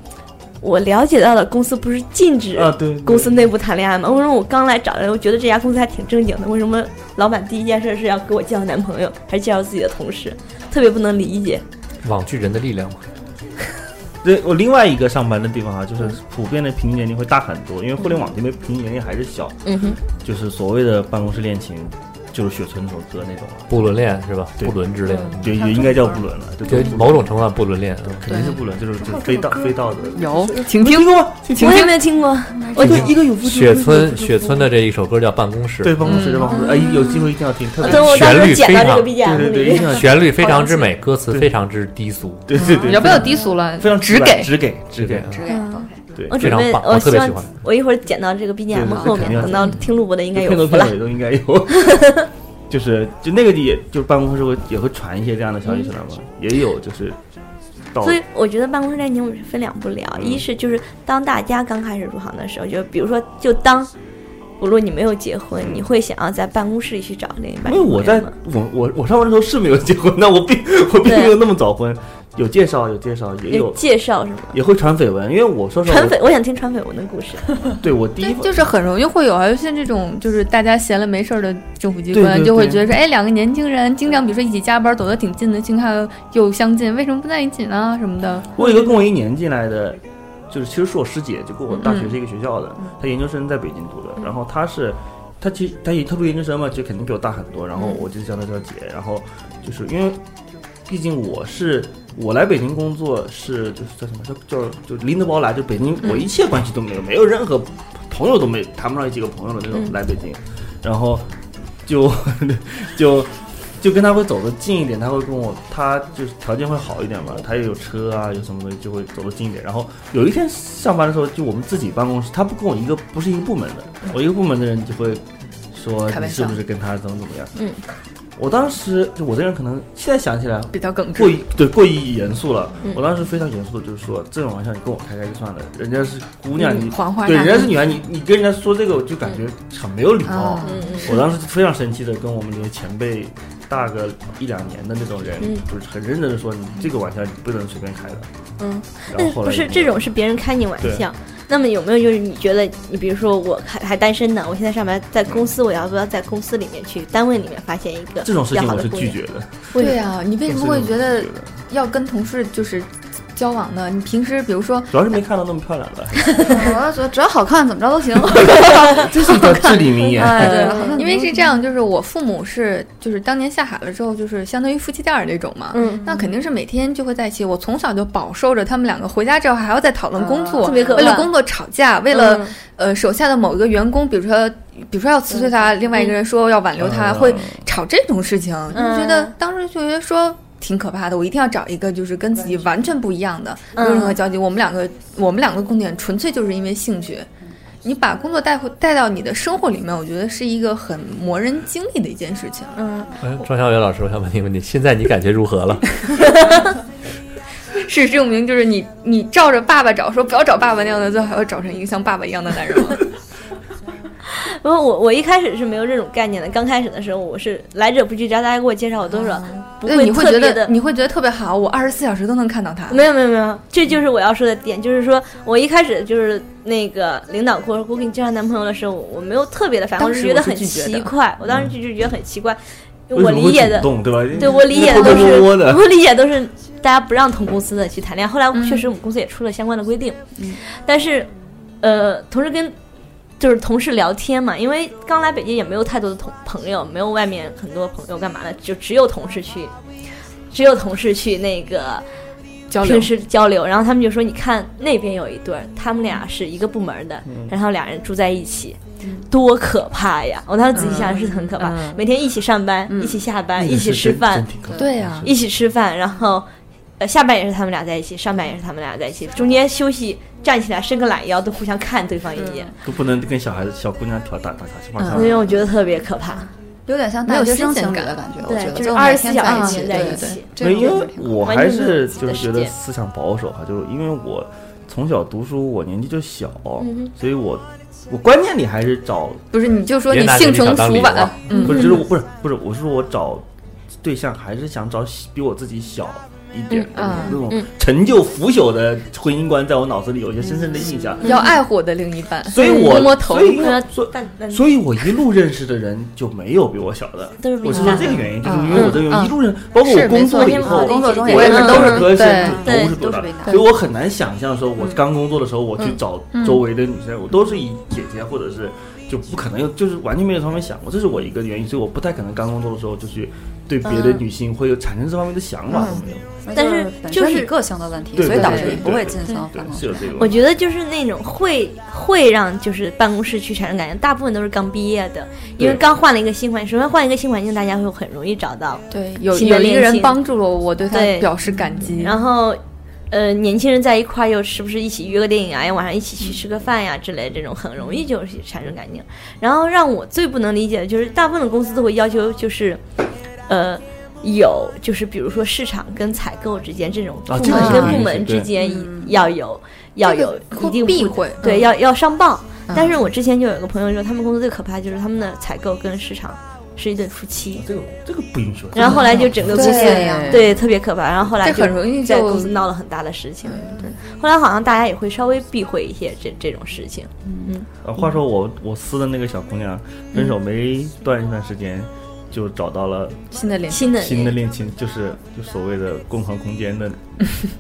Speaker 2: 我了解到的公司不是禁止
Speaker 5: 啊对对
Speaker 2: 公司内部谈恋爱吗？为什么我刚来找人，我觉得这家公司还挺正经的，为什么老板第一件事是要给我介绍男朋友，还是介绍自己的同事？特别不能理解。
Speaker 3: 网剧人的力量嘛。
Speaker 5: 对我另外一个上班的地方啊，就是普遍的平均年龄会大很多，因为互联网这边平均年龄还是小，
Speaker 2: 嗯哼，
Speaker 5: 就是所谓的办公室恋情，就是雪村那首歌那种啊，
Speaker 3: 不伦恋是吧？
Speaker 5: 对嗯
Speaker 3: 不伦之恋，
Speaker 5: 就也应该叫不伦了，就
Speaker 3: 就
Speaker 5: 都不伦
Speaker 3: 某种程度上不伦恋。嗯
Speaker 5: 肯定是不伦，就是就是飞到飞到的。
Speaker 4: 有，请听
Speaker 2: 我也没有听过，我就
Speaker 5: 一个有夫
Speaker 3: 雪村雪村的这一首歌叫《办公室
Speaker 5: 对，办公室，对办公室，哎，有机会一定要听，特别
Speaker 2: 等我到时
Speaker 3: 旋
Speaker 2: 候
Speaker 3: 律
Speaker 2: 剪到这
Speaker 3: 非
Speaker 2: 个
Speaker 3: 常
Speaker 2: BGM
Speaker 5: 对对对一
Speaker 2: 里
Speaker 5: 定。要听，
Speaker 3: 旋律非常之美，歌词非常之低俗，
Speaker 5: 对对对，
Speaker 4: 要不要低俗了？
Speaker 5: 非常
Speaker 4: 直给，
Speaker 5: 只给只给，
Speaker 3: 对
Speaker 4: 直给。
Speaker 2: 嗯
Speaker 5: 对
Speaker 2: 我，
Speaker 3: 非
Speaker 2: 准
Speaker 3: 常
Speaker 2: 备，
Speaker 3: 棒
Speaker 2: 我
Speaker 3: 我
Speaker 2: 希
Speaker 3: 特别
Speaker 2: 望
Speaker 3: 喜欢
Speaker 2: 我一会儿剪到这个 BGM
Speaker 5: 对
Speaker 2: 后面
Speaker 5: 肯定，要
Speaker 2: 等到听录播的应该有
Speaker 5: 片头
Speaker 2: 福
Speaker 5: 片
Speaker 2: 了。
Speaker 5: 尾都应该有。就是就那个也就是办公室会也会传一些这样的消息出来嘛，也有就是到
Speaker 2: 所以我觉得办公室恋情我是分两步聊，一是就是当大家刚开始入行的时候，就比如说就当无论你没有结婚，你会想要在办公室里去找另一半。
Speaker 5: 因为我在我我我上班的时候是没有结婚，那我并我并
Speaker 2: 对啊
Speaker 5: 没有那么早婚，有介绍有介绍也
Speaker 2: 有
Speaker 5: 有
Speaker 2: 介绍是吗？
Speaker 5: 也会传绯闻，因为我说实话
Speaker 2: 传，绯，我想听传绯闻的故事。
Speaker 5: 我对我第一
Speaker 4: 对，就是很容易会有啊，像这种就是大家闲了没事儿的政府机关，
Speaker 5: 对对对
Speaker 4: 就会觉得说，哎，两个年轻人经常比如说一起加班，走得挺近的，情况又相近，为什么不在一起呢？什么的，
Speaker 5: 我有一个跟我一年进来的，就是其实是我师姐，就跟我大学是一个学校的，她研究生在北京读的，然后她是。她其实她也她读研究生嘛，就肯定比我大很多。然后我就叫她叫姐，然后就是因为，毕竟我是我来北京工作是就是叫什么叫叫就拎着包来，就北京我一切关系都没有，没有任何朋友都没谈不上几个朋友的那种
Speaker 2: 嗯
Speaker 5: 来北京，然后就 (laughs) 就就跟他会走得近一点，他会跟我，他就是条件会好一点嘛，他也有车啊，有什么东西就会走得近一点。然后有一天上班的时候，就我们自己办公室，他不跟我一个不是一个部门的，我一个部门的人就会
Speaker 4: 嗯
Speaker 5: 说
Speaker 4: 开
Speaker 5: 你
Speaker 4: 玩
Speaker 5: 是
Speaker 4: 笑
Speaker 5: 不是跟他怎么怎么样？
Speaker 2: 嗯，
Speaker 5: 我当时就我这人可能现在想起来
Speaker 4: 比较耿直
Speaker 5: 过。于对过于严肃了
Speaker 2: 嗯，
Speaker 5: 我当时非常严肃的就是说这种玩笑你跟我开开就算了，人家是姑娘
Speaker 4: 嗯
Speaker 5: 你
Speaker 4: 黄花
Speaker 5: 对
Speaker 4: 大
Speaker 5: 人家
Speaker 4: 地
Speaker 5: 是女孩你你跟人家说这个我就感觉很没有礼貌
Speaker 4: 啊。
Speaker 2: 嗯嗯
Speaker 5: 我当时非常生气的跟我们那些前辈大个一两年的那种人，
Speaker 2: 嗯
Speaker 5: 就是很认真的说，你这个玩笑你不能随便开的。
Speaker 2: 嗯，
Speaker 5: 然
Speaker 2: 那
Speaker 5: 后后来
Speaker 2: 不是这种是别人开你玩笑。那么有没有就是你觉得你比如说我还还单身呢，我现在上班在公司，我要不要在公司里面去单位里面发现一个
Speaker 5: 这种事
Speaker 2: 比
Speaker 5: 情
Speaker 2: 较好
Speaker 5: 我
Speaker 2: 的
Speaker 5: 是
Speaker 2: 姑
Speaker 5: 拒
Speaker 2: 娘？
Speaker 5: 绝的。
Speaker 2: 为
Speaker 4: 对啊，你为什么会觉得要跟同事就是交往呢？你平时比如说，
Speaker 5: 主要是没看到那么漂亮
Speaker 6: (laughs)
Speaker 5: 的，
Speaker 6: 我要觉得只要好看，怎么着都行。
Speaker 5: (laughs)
Speaker 6: 嗯
Speaker 5: 这是一条至理名言。
Speaker 4: 哎，
Speaker 2: 对
Speaker 4: 因为是这样，就是我父母是就是当年下海了之后，就是相当于夫妻店儿那种嘛。
Speaker 2: 嗯，
Speaker 4: 那肯定是每天就会在一起。我从小就饱受着他们两个回家之后还要再讨论工
Speaker 5: 嗯
Speaker 4: 作，
Speaker 2: 特别可
Speaker 4: 为了
Speaker 2: 怕
Speaker 4: 工作吵架，为了、呃手下的某一个员工，比如说比如说要辞退
Speaker 2: 嗯
Speaker 4: 他，另外一个人说要挽留他，
Speaker 5: 嗯
Speaker 4: 会吵这种事情，就
Speaker 2: 嗯
Speaker 4: 觉得当时就觉得说。挺可怕的，我一定要找一个就是跟自己完全不一样的，
Speaker 2: 嗯
Speaker 4: 没有任何交集。我们两个，我们两个共点纯粹就是因为兴趣。你把工作带回带到你的生活里面，我觉得是一个很磨人精力的一件事情。
Speaker 2: 嗯，
Speaker 3: 哎，庄小远老师，我想问你个问题，现在你感觉如何了？
Speaker 4: 事实证明， (laughs) 就是你你照着爸爸找，说不要找爸爸那样的，最好要找成一个像爸爸一样的
Speaker 2: (laughs)
Speaker 4: 男人嘛。
Speaker 2: 不过我我一开始是没有这种概念的，刚开始的时候我是来者不拒，只要大家给我介绍我都是不
Speaker 4: 啊对，你会
Speaker 2: 特
Speaker 4: 觉
Speaker 2: 别
Speaker 4: 得
Speaker 2: 的。
Speaker 4: 你会觉得特别好，我二十四小时都能看到他。
Speaker 2: 没有没有没有，这就是我要说的点，就是说我一开始就是那个领导跟我说给我给你介绍男朋友的时候，我没有特别的反应，
Speaker 4: 当
Speaker 2: 是
Speaker 4: 时
Speaker 2: 觉得
Speaker 4: 我是
Speaker 2: 很
Speaker 4: 拒绝的
Speaker 2: 奇怪，我当时就就觉得很奇怪，
Speaker 5: 为
Speaker 2: 我
Speaker 5: 什么
Speaker 2: 理
Speaker 5: 会
Speaker 2: 解
Speaker 5: 主
Speaker 2: 的
Speaker 5: 动对吧？
Speaker 2: 对我理解的
Speaker 5: 偷
Speaker 2: 都
Speaker 5: 偷摸
Speaker 2: 是，
Speaker 5: 摸的
Speaker 2: 我理解都是大家不让同公司的去谈恋爱。后来确实我们公司也出了相关的规定，但是呃，同时跟就是同事聊天嘛，因为刚来北京也没有太多的同朋友，没有外面很多朋友干嘛的，就只有同事去，只有同事去那个
Speaker 4: 交流
Speaker 2: 平时交流，然后他们就说：“你看那边有一对儿，他们俩是一个部门的，
Speaker 4: 嗯
Speaker 2: 然后俩人住在一起，多可怕呀！”我当时仔细想是很可
Speaker 4: 嗯
Speaker 2: 怕，每天一起上班，一起下班，一
Speaker 5: (laughs)
Speaker 2: 起吃饭，
Speaker 4: 对呀
Speaker 2: 一起吃饭，然后呃下半也是他们俩在一起，上半也是他们俩在一
Speaker 4: 嗯
Speaker 2: 起，中间休息站起来伸个懒腰都互相看对方一眼，嗯
Speaker 5: 都不能跟小孩子、小姑娘挑打打打情
Speaker 4: 嗯
Speaker 5: 骂
Speaker 2: 所以
Speaker 5: 俏。
Speaker 2: 我觉得特别可怕。
Speaker 6: 有点像
Speaker 4: 没
Speaker 6: 大
Speaker 4: 有
Speaker 6: 学
Speaker 4: 新
Speaker 6: 生
Speaker 4: 鲜
Speaker 6: 情侣
Speaker 4: 感
Speaker 6: 的感觉，我觉
Speaker 2: 对，
Speaker 6: 得
Speaker 2: 就是
Speaker 6: 就
Speaker 2: 二十
Speaker 6: 每
Speaker 2: 四
Speaker 6: 天
Speaker 2: 小
Speaker 6: 在一
Speaker 2: 时
Speaker 6: 起，
Speaker 2: 在
Speaker 6: 对
Speaker 2: 一
Speaker 6: 对对
Speaker 2: 起，
Speaker 6: 这
Speaker 5: 没，
Speaker 6: 种
Speaker 5: 因
Speaker 6: 感觉
Speaker 5: 为
Speaker 6: 挺好
Speaker 5: 我
Speaker 2: 完
Speaker 5: 还
Speaker 2: 全是
Speaker 5: 是
Speaker 2: 自己
Speaker 5: 就
Speaker 2: 的
Speaker 5: 是
Speaker 2: 世
Speaker 5: 觉得
Speaker 2: 界
Speaker 5: 思想保守哈，就是因为我从小读书，我年纪就小，
Speaker 2: 哼
Speaker 5: 所以我我观念里还是找
Speaker 4: 不是，你就说
Speaker 3: 别
Speaker 4: 你
Speaker 3: 拿
Speaker 4: 性
Speaker 3: 这个
Speaker 4: 成
Speaker 3: 当
Speaker 4: 熟
Speaker 3: 理由
Speaker 4: 吧
Speaker 3: 啊，
Speaker 4: 嗯
Speaker 5: 不，是，就是我不是不是，我是说我找对象还是想找喜比我自己小一点的
Speaker 4: 嗯
Speaker 5: 那种陈旧腐朽的婚姻观，在我脑子里有一些深深的印象，
Speaker 4: 要爱护我的另一半，
Speaker 5: 所以我
Speaker 4: 摸摸头
Speaker 5: 所。以
Speaker 2: 摸摸
Speaker 5: 所以
Speaker 2: 但但
Speaker 5: 所以我一路认识的人就没有比我小的。
Speaker 2: 都是比
Speaker 5: 我是
Speaker 2: 你
Speaker 5: 说
Speaker 2: 大
Speaker 5: 这个原因，就是
Speaker 4: 嗯
Speaker 5: 因为我这个一路认，包括我
Speaker 4: 是
Speaker 5: 工
Speaker 4: 没错
Speaker 5: 作了以
Speaker 2: 我
Speaker 5: 后，
Speaker 2: 工作中也
Speaker 5: 我也是
Speaker 2: 是
Speaker 5: 都是
Speaker 4: 嗯
Speaker 5: 和
Speaker 4: 对
Speaker 5: 谁都
Speaker 2: 对
Speaker 5: 是比我大
Speaker 2: 都是比嗯你大
Speaker 5: 所以我很难想象说，我刚工作的时候，我去
Speaker 2: 嗯
Speaker 5: 找周围的女生，我都是以姐姐或者是就不可能有，就是完全没有他们想过，这是我一个原因，所以我不太可能刚工作的时候就去对别的
Speaker 2: 嗯
Speaker 5: 女性会有产生这方面的想法，都没有，
Speaker 2: 但是
Speaker 6: 本
Speaker 2: 就
Speaker 6: 身
Speaker 2: 是
Speaker 6: 你个性的问题，
Speaker 5: 对
Speaker 6: 所以
Speaker 5: 对
Speaker 6: 导
Speaker 4: 对
Speaker 6: 致你
Speaker 5: 对
Speaker 6: 不会
Speaker 5: 对
Speaker 6: 进行反
Speaker 5: 对，
Speaker 6: 恐
Speaker 5: 是。有这个
Speaker 2: 嗯我
Speaker 5: 问题。
Speaker 2: 觉得就是那种会会让就是办公室去产生感觉，大部分都是刚毕业的，因为
Speaker 5: 对
Speaker 2: 刚换了一个新环境，首先换一个新环境，大家会很容易找到。
Speaker 4: 对，有
Speaker 2: 新的
Speaker 4: 有一个
Speaker 2: 恋
Speaker 4: 人
Speaker 2: 情
Speaker 4: 帮助了我，我对他
Speaker 2: 对
Speaker 4: 表示感
Speaker 5: 嗯
Speaker 4: 激。
Speaker 2: 然后，呃，年轻人在一块儿又是不是一起约个电影啊，呀晚上一起去吃个饭呀、之类，这种很容易就是产生感情。然后让我最不能理解的就是，大部分的公司都会要求就是，呃。有，就是比如说市场跟采购之间这种部
Speaker 5: 啊这个
Speaker 2: 门
Speaker 4: 是
Speaker 2: 跟
Speaker 4: 必
Speaker 2: 部
Speaker 5: 须
Speaker 2: 门之
Speaker 5: 对
Speaker 2: 间
Speaker 6: 嗯
Speaker 2: 要有，要
Speaker 4: 这
Speaker 2: 有
Speaker 4: 个
Speaker 2: 一定
Speaker 4: 避
Speaker 2: 不
Speaker 4: 讳，
Speaker 2: 对，
Speaker 4: 嗯
Speaker 2: 要要上报。但是我之前就有一个朋友说，他们公司最可怕就是他们的采购跟市场是一对夫妻，
Speaker 5: 嗯这个这个不允许。
Speaker 2: 然后后来就整个公司
Speaker 4: 对呀
Speaker 2: 对特别可怕，然后后来
Speaker 4: 这很容易就嗯
Speaker 2: 在公司闹了很大的事情。对，后来好像大家也会稍微避讳一些这这种事情。
Speaker 5: 呃话说我我撕的那个小姑娘，
Speaker 2: 嗯
Speaker 5: 分手没段一段时间，就找到了
Speaker 4: 新的联系。
Speaker 2: 新的
Speaker 5: 新的恋情，就是就所谓的共创空
Speaker 2: (laughs)
Speaker 5: 间的，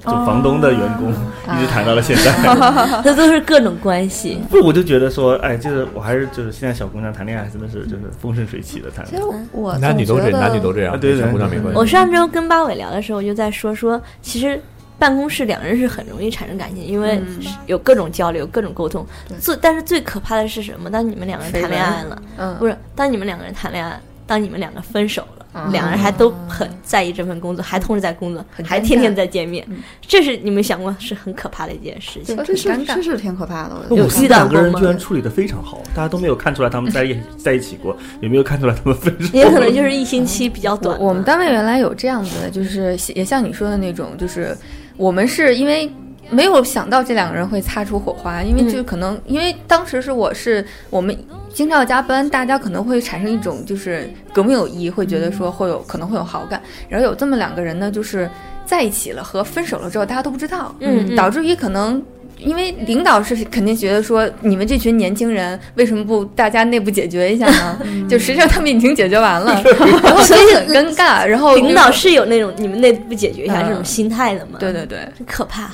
Speaker 2: 哦
Speaker 5: 就房东的员工，
Speaker 2: 啊
Speaker 5: 一直谈到了现在。
Speaker 2: 这都是各种关系。
Speaker 4: 嗯
Speaker 5: 不，我就觉得说，哎，就是我还是就是现在小姑娘谈恋爱真的是就是风生水起的谈。
Speaker 4: 其实呃我
Speaker 3: 男女都
Speaker 4: 总
Speaker 3: 这，
Speaker 4: 觉得
Speaker 3: 男女都这样，
Speaker 5: 啊对对
Speaker 3: 跟小姑娘没关
Speaker 2: 我
Speaker 3: 系。
Speaker 2: 上周跟八尾聊的时候，我就在说说，其实办公室两人是很容易产生感情，因为
Speaker 4: 嗯
Speaker 2: 是有各种交流、各种沟通。最但是最可怕的是什么？当你们两个人谈恋爱了，
Speaker 4: 嗯，
Speaker 2: 不是当你们两个人谈恋爱，当你们两个分手了。
Speaker 4: 啊
Speaker 2: 两个人还都很在意这份工作，还同时在工作，还天天在见面，
Speaker 4: 嗯
Speaker 2: 这是你们想过是很可怕的一件事情。
Speaker 4: 对
Speaker 6: 这
Speaker 4: 很
Speaker 6: 是
Speaker 4: 尴尬
Speaker 6: 这是挺可怕的，
Speaker 2: 有
Speaker 6: 我觉得。
Speaker 5: 我
Speaker 2: 遇
Speaker 5: 司
Speaker 2: 到
Speaker 5: 两个
Speaker 2: 过
Speaker 5: 人
Speaker 2: 吗
Speaker 5: 居然处理的非常好，大家都没有看出来他们在
Speaker 2: (laughs)
Speaker 5: 一在一起过，也没有看出来他们分手。
Speaker 2: 也可能就是一星期比较
Speaker 4: 我
Speaker 2: 短吧。
Speaker 4: 我们单位原来有这样子的，就是也像你说的那种，就是我们是因为。没有想到这两个人会擦出火花，因
Speaker 2: 嗯
Speaker 4: 为就可能、因为当时是我是我们经常要加班，大家可能会产生一种就是革命友谊，会觉得说会有可能会有好感，然后有这么两个人呢，就是在一起了和分手了之后大家都不知道，
Speaker 2: 嗯嗯
Speaker 4: 导致于可能因为领导是肯定觉得说，你们这群年轻人为什么不大家内部解决一下
Speaker 2: (laughs)
Speaker 4: 呢？
Speaker 2: 嗯
Speaker 4: 就实际上他们已经解决完了，然后所以很尴尬。然后
Speaker 2: 领导是有那种你们内部解决一下
Speaker 4: 嗯
Speaker 2: 这种心态的嘛？
Speaker 4: 对，对对，
Speaker 2: 很可怕。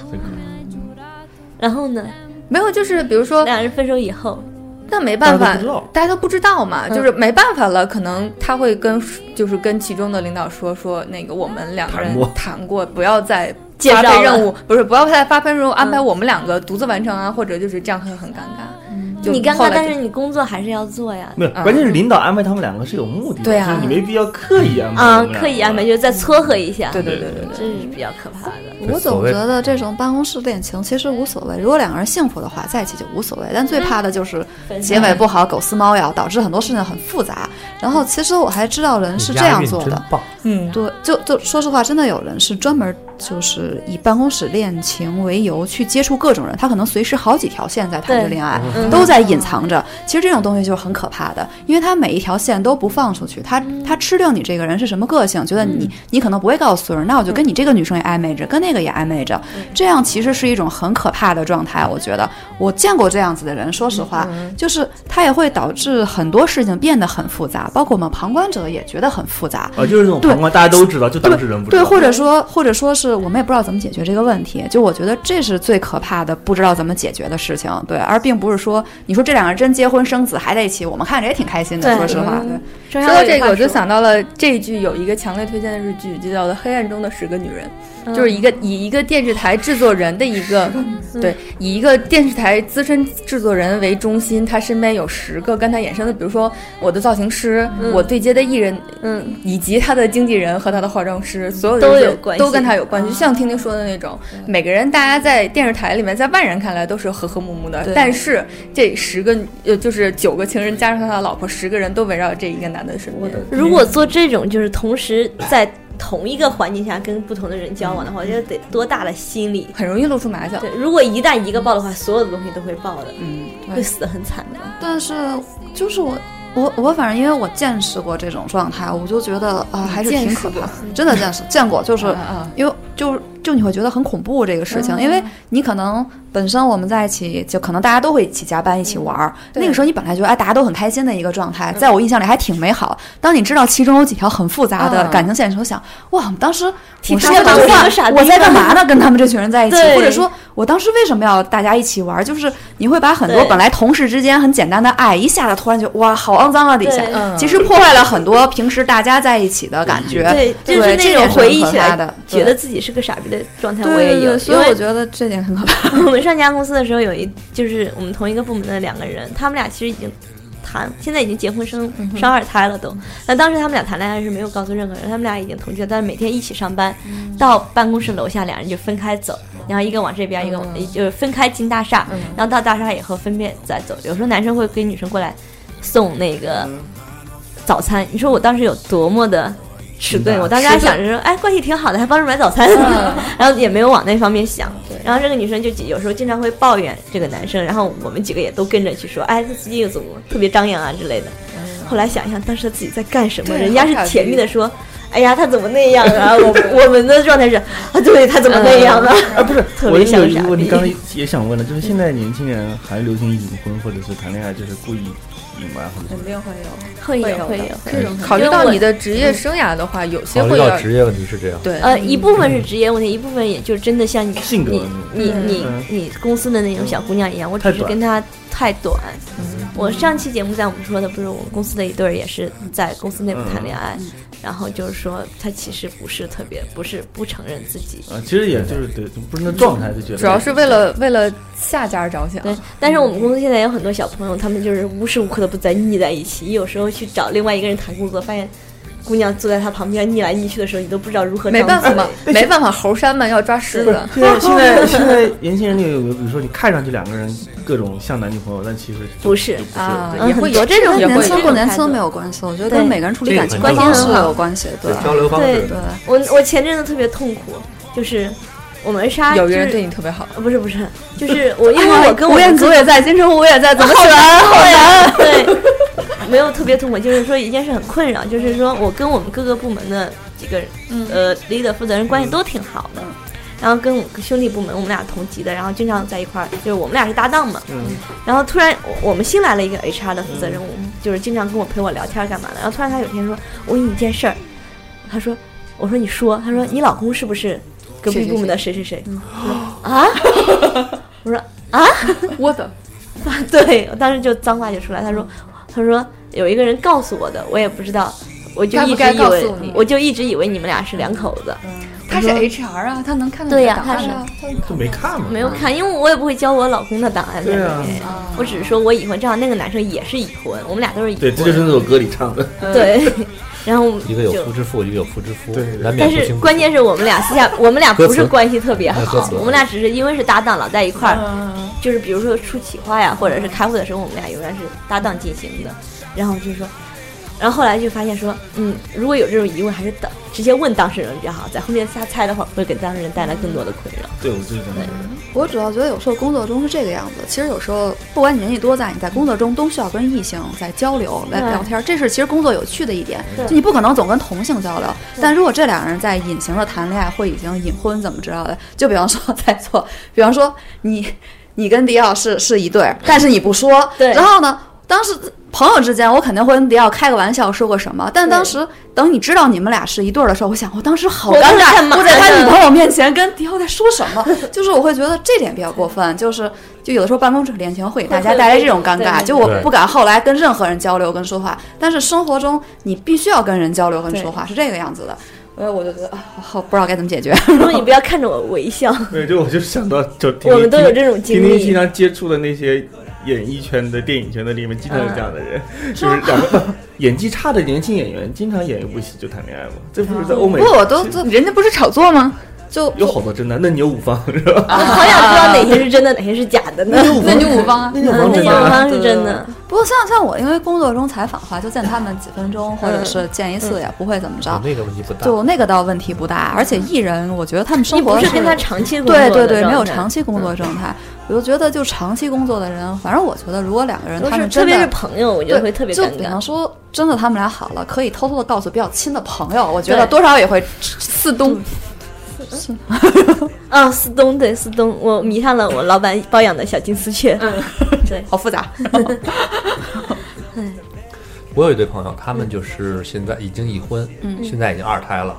Speaker 2: 然后呢，
Speaker 4: 没有就是比如说，
Speaker 2: 两人分手以后，
Speaker 4: 那没办
Speaker 5: 大家
Speaker 4: 法
Speaker 5: 都不知道，
Speaker 4: 大家都不知道嘛，
Speaker 2: 嗯
Speaker 4: 就是没办法了。可能他会跟就是跟其中的领导说说那个我们两个人
Speaker 5: 谈过
Speaker 4: 谈过，不要再
Speaker 2: 介绍
Speaker 4: 发
Speaker 2: 了
Speaker 4: 配任务，不是不要再发配任务安排我们两个独自完成啊，或者就是这样会很尴尬。就
Speaker 2: 你尴
Speaker 4: 后
Speaker 2: 尬，
Speaker 4: 来
Speaker 2: 但
Speaker 4: 就是
Speaker 2: 你工作还是要做呀。
Speaker 5: 没有，关键是领导安排他们两个是有目的的，
Speaker 4: 对啊
Speaker 5: 就是你没必要刻意安排。
Speaker 2: 嗯，刻意安排，
Speaker 5: 啊
Speaker 2: 就是再撮合一下。
Speaker 4: 对对对对对。
Speaker 2: 这是比较可怕的。
Speaker 3: 对
Speaker 6: 我
Speaker 3: 所
Speaker 6: 总
Speaker 3: 谓
Speaker 6: 觉得这种办公室恋情其实无所谓，如果两个人幸福的话，在一起就无所谓。但最怕的就是
Speaker 2: 分手
Speaker 6: 结尾不好，狗撕猫咬，导致很多事情很复杂。然后其实我还知道人是这样做
Speaker 3: 你押韵
Speaker 6: 的
Speaker 3: 真，棒，
Speaker 4: 嗯，
Speaker 6: 对，就就说实话，真的有人是专门就是以办公室恋情为由去接触各种人，他可能随时好几条线在谈着
Speaker 2: 对
Speaker 6: 恋爱，
Speaker 2: 嗯
Speaker 6: 都在隐藏着。其实这种东西就是很可怕的，因为他每一条线都不放出去，他他吃定你这个人是什么个性，觉得你你可能不会告诉所有人，那我就跟你这个女生也暧昧着，跟那个也暧昧着，这样其实是一种很可怕的状态。我觉得我见过这样子的人，说实话，就是他也会导致很多事情变得很复杂，包括我们旁观者也觉得很复杂。
Speaker 5: 啊，就是那种
Speaker 6: 对
Speaker 5: 旁观大家都知道，就当事人不知
Speaker 6: 对，
Speaker 5: 道。
Speaker 6: 或者说，或者说是我们也不知道怎么解决这个问题。就我觉得这是最可怕的，不知道怎么解决的事情。对，而并不是说你说这两个人真结婚生子还在一起，我们看着也挺开心的。
Speaker 2: 对
Speaker 6: 说实话，对，
Speaker 2: 说
Speaker 4: 说到这个，我就，想到了这一句，有一个强烈推荐的日剧，就叫做《黑暗中的十个女人》，
Speaker 2: 嗯
Speaker 4: 就是一个以一个电视台制作人的一个，对，以一个电视台资深制作人为中心，他身边有十个跟他衍生的，比如说我的造型师，我对接的艺人，
Speaker 2: 嗯，
Speaker 4: 以及他的经纪人和他的化妆师，所有的人
Speaker 2: 都有关系
Speaker 4: 都跟他有关系。就像听听说的那种，每个人大家在电视台里面，在外人看来都是和和睦睦的，
Speaker 6: 对
Speaker 4: 但是这十个呃，就是九个情人加上他的老婆，十个人都围绕这一个男的身边。
Speaker 2: 如果做这种就是同时在同一个环境下跟不同的人交
Speaker 6: 嗯
Speaker 2: 往的话，我觉得得多大的心理。
Speaker 4: 很容易露出马脚。
Speaker 2: 对，如果一旦一个爆的话，所有的东西都会爆的，
Speaker 6: 嗯，
Speaker 2: 会死得很惨的。
Speaker 6: 但是就是我。我我反正因为我见识过这种状态，我就觉得啊、
Speaker 4: 哦
Speaker 6: 还是挺可怕的，真的见识见过，就是
Speaker 4: 啊
Speaker 6: 因为就是就你会觉得很恐怖这个事
Speaker 2: 嗯
Speaker 6: 情，因为你可能本身我们在一起，就可能大家都会一起加班、
Speaker 2: 嗯
Speaker 6: 一起玩儿。那个时候你本来觉得哎，大家都很开心的一个状态，在我印象里还挺美好。当你知道其中有几条很复杂的
Speaker 4: 嗯
Speaker 6: 感情线的时候，想哇，当时
Speaker 2: 替
Speaker 6: 我是
Speaker 2: 他
Speaker 6: 在
Speaker 2: 们
Speaker 6: 干
Speaker 2: 当
Speaker 6: 嘛
Speaker 2: 个傻？逼
Speaker 6: 我在干嘛呢？跟他们这群人在一起，
Speaker 2: (laughs) 对
Speaker 6: 或者说我当时为什么要大家一起玩儿？就是你会把很多
Speaker 2: 对
Speaker 6: 本来同事之间很简单的爱，一下子突然就哇，好肮脏啊底下
Speaker 2: 对。
Speaker 4: 嗯
Speaker 6: 其实破坏了很多平时大家在一起的感觉，
Speaker 2: 对，就
Speaker 6: 哎对
Speaker 2: 是
Speaker 6: 这
Speaker 2: 那
Speaker 6: 点
Speaker 2: 种
Speaker 6: 是
Speaker 2: 回忆
Speaker 6: 很
Speaker 2: 起
Speaker 6: 可怕
Speaker 2: 来
Speaker 6: 的，
Speaker 2: 觉
Speaker 6: 对
Speaker 2: 得自己是个傻逼的状态，我
Speaker 6: 对
Speaker 2: 也
Speaker 6: 对
Speaker 2: 有。
Speaker 6: 对，所以
Speaker 2: 因为
Speaker 6: 我觉得这点很可怕。
Speaker 2: (laughs) 我们上家公司的时候，有一就是我们同一个部门的两个人，他们俩其实已经谈，现在已经结婚生生二胎了都。但当时他们俩谈恋爱是没有告诉任何人，他们俩已经同居了，但是每天一起上班，到办公室楼下俩人就分开走，然后一个往这边，一个往就是分开进大厦，然后到大厦以后分别再走。有时候男生会跟嗯女生过来送那个早餐，你说我当时有多么的。是对我当时还想着说，哎，关系挺好的，嗯还帮着买早餐， (laughs) 然后也没有往那方面想。然后这个女生就有时候经常会抱怨这个男生，然后我们几个也都跟着去说，哎，他最近怎么特别张扬啊之类的。后来想一想，当时自己在干什么？
Speaker 4: 对
Speaker 2: 人家是
Speaker 4: 好傻逼
Speaker 2: 甜蜜的说。哎呀，他怎么那样啊？我 (laughs) 我们的状态是啊，对他怎么那样呢？啊，不是， (laughs) 特
Speaker 5: 我
Speaker 2: 别
Speaker 5: 有
Speaker 2: 像
Speaker 5: 一
Speaker 2: 傻
Speaker 5: 个问题，
Speaker 2: 逼。
Speaker 5: 刚才也想问了，就是现在年轻人还流行隐婚，或者是谈恋爱就是故意隐瞒，或者是
Speaker 2: 嗯
Speaker 4: 肯定会有。
Speaker 2: 会有会
Speaker 4: 会有的
Speaker 2: 有
Speaker 5: 这种
Speaker 4: 考虑到你的职业生涯的话，有些
Speaker 3: 考虑
Speaker 4: 会
Speaker 3: 到
Speaker 4: 有
Speaker 3: 职业问题是这样。
Speaker 4: 对
Speaker 2: 呃，一部分是
Speaker 4: 嗯
Speaker 2: 职业问题，一部分也就真的像你
Speaker 5: 性格
Speaker 2: 你
Speaker 5: 问题
Speaker 2: 你你
Speaker 5: 嗯
Speaker 2: 你公司的那种小姑娘一样，我
Speaker 5: 太
Speaker 2: 只是
Speaker 5: 短嗯
Speaker 2: 跟她太短。我上期节目在我们说的，不是我们公司的一对儿也是在公司内部
Speaker 5: 嗯
Speaker 2: 谈恋
Speaker 4: 嗯
Speaker 2: 爱，然后就是说她其实不是特别，不是不承认自己。
Speaker 5: 啊，其实也就是对，就不是那状态就觉得
Speaker 4: 主要是为了为了下家着想。
Speaker 2: 对，但是我们公司现在有很多小朋友，他们就是无时无刻的不在腻在一起，有时候去找另外一个人谈工作，发现姑娘坐在他旁边腻来腻去的时候，你都不知道如何
Speaker 4: 没办法
Speaker 2: 张嘴
Speaker 4: 嘛，没办法，猴山嘛要抓狮子。
Speaker 2: (laughs)
Speaker 5: 现在现在现在年轻人就有个，比如说你看上去两个人各种像男女朋友，但其实就
Speaker 2: 不是
Speaker 5: 就不是
Speaker 4: 啊
Speaker 5: 对
Speaker 4: 嗯也会有
Speaker 2: 很多这种
Speaker 4: 也
Speaker 6: 跟
Speaker 4: 会
Speaker 6: 年轻
Speaker 4: 有
Speaker 6: 不年
Speaker 2: 态
Speaker 6: 轻
Speaker 2: 度
Speaker 6: 没有关系，我觉得
Speaker 2: 对
Speaker 6: 跟每个人处理感情
Speaker 3: 这个很
Speaker 6: 方
Speaker 2: 重
Speaker 6: 式
Speaker 2: 要
Speaker 6: 有关系，对
Speaker 3: 对交流方式
Speaker 2: 对
Speaker 6: 对。
Speaker 2: 我我前阵子特别痛苦，就是我们仨就
Speaker 4: 有个人
Speaker 2: 是
Speaker 4: 对你特别好，
Speaker 2: 呃不是不是，就是我因为
Speaker 6: 哎
Speaker 2: 我跟
Speaker 6: 吴
Speaker 2: 我
Speaker 6: 彦祖哎也在，金城武也在，怎么选？
Speaker 2: 好难，啊 (laughs) 对，没有特别痛苦，就是说一件事很困扰，就是说我跟我们各个部门的几个人，呃，leader 负责人关系都挺好的。然后跟我兄弟部门，我们俩同级的，然后经常在一块儿，就是我们俩是搭档嘛。
Speaker 5: 嗯
Speaker 2: 然后突然我我们新来了一个 HR 的负责人，
Speaker 4: 嗯
Speaker 2: 我们就是经常跟我陪我聊天干嘛的。然后突然他有一天说：“我问你一件事儿。”他说：“我说你说。”他说：“你老公是不是隔壁
Speaker 4: 谁谁
Speaker 2: 部门的谁谁谁？”
Speaker 4: 嗯
Speaker 2: 我说啊， (laughs) 我说
Speaker 4: 我的
Speaker 2: 对，我当时就脏话就出来。他说，他说有一个人告诉我的，我也不知道，我就
Speaker 4: 该不
Speaker 2: 一直
Speaker 4: 该
Speaker 2: 以
Speaker 4: 告
Speaker 2: 为
Speaker 4: 诉你，嗯
Speaker 2: 我就一直以为你们俩是两口子，
Speaker 4: 他是 HR 啊，他能看到
Speaker 2: 嗯对
Speaker 4: 你的
Speaker 2: 呀
Speaker 4: 档
Speaker 2: 他
Speaker 4: 案
Speaker 2: 是
Speaker 4: 啊。
Speaker 5: 就没看嘛，
Speaker 2: 没有看，因为我也不会交我老公的档案在里
Speaker 5: 对啊
Speaker 2: 面。我只是说我已婚，正好那个男生也是已婚，我们俩都是已
Speaker 5: 对，
Speaker 2: 婚。
Speaker 5: 这就是那首歌里唱的，
Speaker 3: (laughs)
Speaker 2: 对然后
Speaker 3: 一个有
Speaker 2: 就
Speaker 3: 夫之妇，一个有夫之夫
Speaker 5: 对对，对
Speaker 3: 难免
Speaker 2: 但
Speaker 3: 不
Speaker 2: 是
Speaker 3: 清不楚
Speaker 2: 关键是我们俩私下，我们俩
Speaker 3: 歌
Speaker 2: 不是
Speaker 3: 词
Speaker 2: 关系特别
Speaker 3: 哎
Speaker 2: 好
Speaker 3: 歌词，
Speaker 2: 我们俩只是因为是搭档，老在一块儿，就是比如说出企划呀，或者是开会的时候，我们俩永远是搭档进行的。然后就是说，然后后来就发现说，嗯，如果有这种疑问，还是当直接问当事人比较好，在后面瞎猜的话，会给当事人带来更多的困
Speaker 3: (laughs)
Speaker 2: 扰。
Speaker 5: 对我就是这么觉得。
Speaker 6: 我主要觉得有时候工作中是这个样子，其实有时候不管你年纪多大，你在工作中都需要跟异性在交流、来
Speaker 2: 对
Speaker 6: 聊天，这是其实工作有趣的一点
Speaker 2: 对。
Speaker 6: 就你不可能总跟同性交流，但如果这两个人在隐形的谈恋爱或已经隐婚怎么知道的，就比方说 (laughs) 在做，比方说你你跟迪奥是是一对儿，但是你不说，
Speaker 2: (laughs) 对
Speaker 6: 然后呢，当时。朋友之间，我肯定会跟迪奥开个玩笑，说个什么。但当时等你知道你们俩是一对儿的时候，我想，我当时好
Speaker 2: 我在
Speaker 6: 尴
Speaker 2: 干嘛
Speaker 6: 尬，我在他
Speaker 2: 呢
Speaker 6: 女朋友面前跟迪奥在说什么，就是我会觉得这点比较过分，就是就有的时候办公室恋情会给大家带来这种尴
Speaker 2: 对对
Speaker 6: 尬，
Speaker 2: 对
Speaker 6: 就我
Speaker 3: 对
Speaker 6: 不敢后来跟任何人交流跟说话，但是生活中你必须要跟人交流跟说话，是这个样子的。所以我就觉得啊，好不知道该怎么解决。
Speaker 2: 如果你不要看着我微
Speaker 3: (laughs)
Speaker 2: 笑，
Speaker 5: 对，就我就想到就听
Speaker 2: 我们都有这种经
Speaker 5: 听听经
Speaker 2: 历。
Speaker 5: 常接触的那些演艺圈的、电影圈的里面，经常有这样的人，
Speaker 2: 嗯
Speaker 5: (laughs) 就是两个演技差的年轻演员，经常演一部戏就谈恋爱嘛。这不是在欧美
Speaker 2: 哦
Speaker 4: 不，我都人家不是炒作吗？就
Speaker 5: 有好多真的，那你有五方是吧？
Speaker 2: 我好想知道哪些是真的，哪些是假的呢？嗯
Speaker 6: 那女五方
Speaker 5: (laughs) 那就
Speaker 2: 啊
Speaker 5: 啊
Speaker 2: 那
Speaker 5: 王真
Speaker 2: 种
Speaker 5: 的。
Speaker 2: 方是真的，
Speaker 6: 不过像像我，因为工作中采访的话，就见他们几分钟，或者是见一次，也不会怎么着。
Speaker 4: 嗯
Speaker 3: 那个问题不大。
Speaker 6: 就那个倒问题不大，而且艺人，我觉得他们
Speaker 2: 你
Speaker 6: 生活
Speaker 2: 不是
Speaker 6: 是
Speaker 2: 跟他长期工作
Speaker 6: 对
Speaker 2: 的
Speaker 6: 对对，没
Speaker 2: 状
Speaker 6: 有
Speaker 2: 态嗯
Speaker 6: 长期工作状态。我就觉得，就长期工作的人，反正我觉得，如果两个人
Speaker 2: 都
Speaker 6: 他
Speaker 2: 是
Speaker 6: 们
Speaker 2: 特
Speaker 6: 真的
Speaker 2: 别是朋友，我觉
Speaker 6: 对，
Speaker 2: 得会特别
Speaker 6: 就
Speaker 2: 尴
Speaker 6: 比
Speaker 2: 尬。
Speaker 6: 方说，真的他们俩好了，可以偷偷的告诉比较亲的朋友，我觉得
Speaker 2: 对
Speaker 6: 多少也会四
Speaker 2: (laughs)
Speaker 6: 东。
Speaker 2: 啊，思东对思东，我迷上了我老板包养的小金丝雀。对，
Speaker 6: 好复杂，
Speaker 3: 我有一对朋友，他们就是现在已经已婚，现在已经二胎了，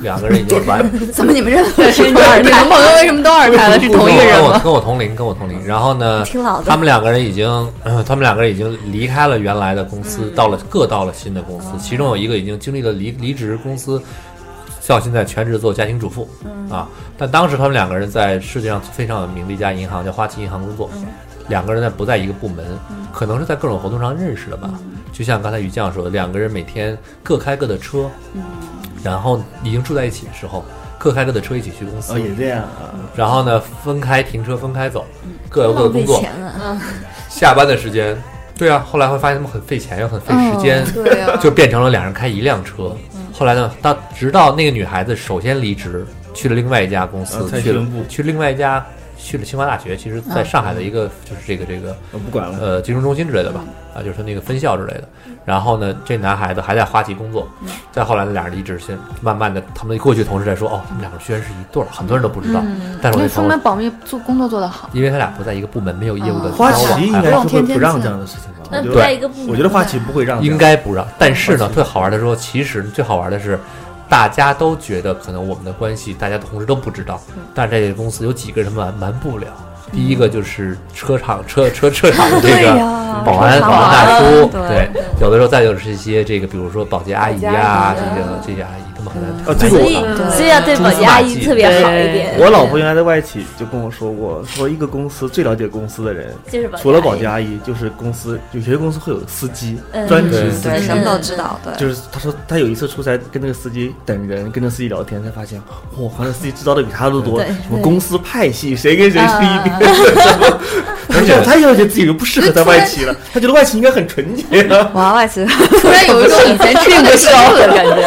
Speaker 3: 两个人已经完
Speaker 6: 怎么 (laughs) 你们认为是二
Speaker 4: 你
Speaker 6: 胎
Speaker 4: 们？朋友为什么都二
Speaker 2: (laughs)
Speaker 4: 胎了？是同一个人
Speaker 3: 跟我
Speaker 4: 吗？
Speaker 3: 跟我同龄，跟我同龄。然后呢
Speaker 2: 挺老，的
Speaker 3: 他们两个人已经、呃他们两个人已经离开了原来的公司，
Speaker 2: 嗯
Speaker 3: 到了各到了新的公司，其中有一个已经经历了离离职公司。到现在全职做家庭主妇、
Speaker 2: 嗯
Speaker 3: 啊，但当时他们两个人在世界上非常有名的一家银行叫花旗银行工作，
Speaker 2: 嗯
Speaker 3: 两个人在不在一个部门，可能是在各种活动上认识的吧。
Speaker 2: 嗯
Speaker 3: 就像刚才于酱说的，两个人每天各开各的车，
Speaker 2: 嗯
Speaker 3: 然后已经住在一起的时候，各开各的车一起去公司，
Speaker 5: 哦，也这样啊，
Speaker 3: 然后呢，分开停车，分开走，各有
Speaker 2: 嗯
Speaker 3: 各的
Speaker 2: 浪
Speaker 3: 工
Speaker 2: 费
Speaker 3: 作。
Speaker 2: 钱了。
Speaker 3: 下班的时间，
Speaker 2: 嗯
Speaker 3: 对啊，后来会发现他们很费钱，又很费时间，
Speaker 6: 对呀，
Speaker 3: 就变成了两人开一辆车，后来呢，到直到那个女孩子首先离职，去了另外一家公司
Speaker 5: 啊，蔡
Speaker 3: 去了
Speaker 5: 徐坤部
Speaker 3: 去另外一家去了清华大学，其实在
Speaker 2: 嗯
Speaker 3: 上海的一个、就是这个这个
Speaker 5: 我不管了。
Speaker 3: 呃金融中心之类的
Speaker 4: 嗯
Speaker 3: 吧，啊，就是那个分校之类的。然后呢，这男孩子还在花旗工作，
Speaker 4: 嗯
Speaker 3: 再后来呢，俩人离职，先慢慢的，他们过去同事在说，哦，他们两个居然是一对儿，很多人都不知道。但是我那
Speaker 4: 嗯那说
Speaker 3: 朋
Speaker 4: 明
Speaker 3: 友，
Speaker 4: 保密做工作做得好。嗯
Speaker 3: 因为他俩不在一个部门，没有业务的
Speaker 6: 啊
Speaker 5: 花
Speaker 3: 交往
Speaker 5: 旗应
Speaker 3: 还
Speaker 5: 该
Speaker 3: 好
Speaker 5: 是会不让这样的事情吧？我
Speaker 2: 那
Speaker 5: 觉
Speaker 2: 不
Speaker 5: 得
Speaker 2: 在一个部门，
Speaker 5: 我觉得花旗不会让这样，
Speaker 3: 应该不让。但是呢
Speaker 5: 花，旗
Speaker 3: 最好玩的说，其实最好玩的是，大家都觉得可能我们的关系，大家的同事都不知道，
Speaker 4: 嗯
Speaker 3: 但是这个公司有几个人瞒瞒不了。第一个就是车厂车车车厂的这个
Speaker 6: 呀
Speaker 5: 啊
Speaker 3: 保安
Speaker 2: 车
Speaker 3: 保
Speaker 2: 厂
Speaker 3: 安大叔，
Speaker 2: 保安
Speaker 3: 对，有的时候再就是一些这个，比如说保洁阿姨呀，
Speaker 7: 保洁阿姨
Speaker 3: 这个这些阿姨，他们很难。
Speaker 5: 呃，这个
Speaker 2: 所
Speaker 5: 我
Speaker 2: 以
Speaker 6: 对
Speaker 2: 所以要对
Speaker 3: 蛛
Speaker 2: 保
Speaker 3: 丝
Speaker 2: 洁
Speaker 3: 马
Speaker 2: 阿姨
Speaker 3: 迹
Speaker 2: 特别嗯好
Speaker 3: 哎
Speaker 2: 一点。
Speaker 5: 我老婆原来在外企就跟我说过，说一个公司最了解公司的人，
Speaker 2: 就是保
Speaker 5: 除了保
Speaker 2: 洁
Speaker 5: 洁
Speaker 2: 阿
Speaker 5: 阿姨，就是公司有些公司会有司机
Speaker 2: 嗯，
Speaker 5: 专
Speaker 3: 对
Speaker 5: 职司
Speaker 6: 对，
Speaker 5: 机
Speaker 6: 什。么都知道，对，
Speaker 5: 就是他说他有一次出差跟那个司机等人，跟那司机聊天，才发现，哇，好像司机知道的比他都多，
Speaker 2: 对啊
Speaker 5: 什么公司派系，谁跟谁是一边 (laughs) 的，
Speaker 3: 而
Speaker 5: 而
Speaker 3: 且
Speaker 5: 且他了解自己就不适合在外企了，他觉得外企应该很纯洁啊。
Speaker 6: 哇，外企
Speaker 4: 突然有一种以前
Speaker 2: (laughs)
Speaker 4: 听的笑的感觉，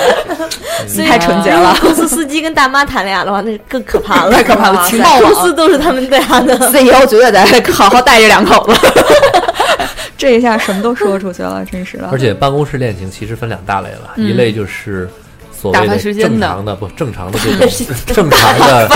Speaker 2: 姨，所以
Speaker 6: 太纯洁了
Speaker 2: 如果公司司机跟大妈谈恋爱的话，那是更可 (laughs) 怕了，
Speaker 6: 太可怕了情报网
Speaker 2: 公司都是他们对他 (laughs) 的。
Speaker 6: CEO 绝对得好好带这两口子。这一下什么都说出去了，真是的
Speaker 3: 而。且办公室恋情其实分两大类了，一类就是所
Speaker 4: 打
Speaker 3: 谓
Speaker 4: 发
Speaker 3: 的
Speaker 4: 时间
Speaker 3: 正
Speaker 4: 的
Speaker 3: 常的不正常的这种正常的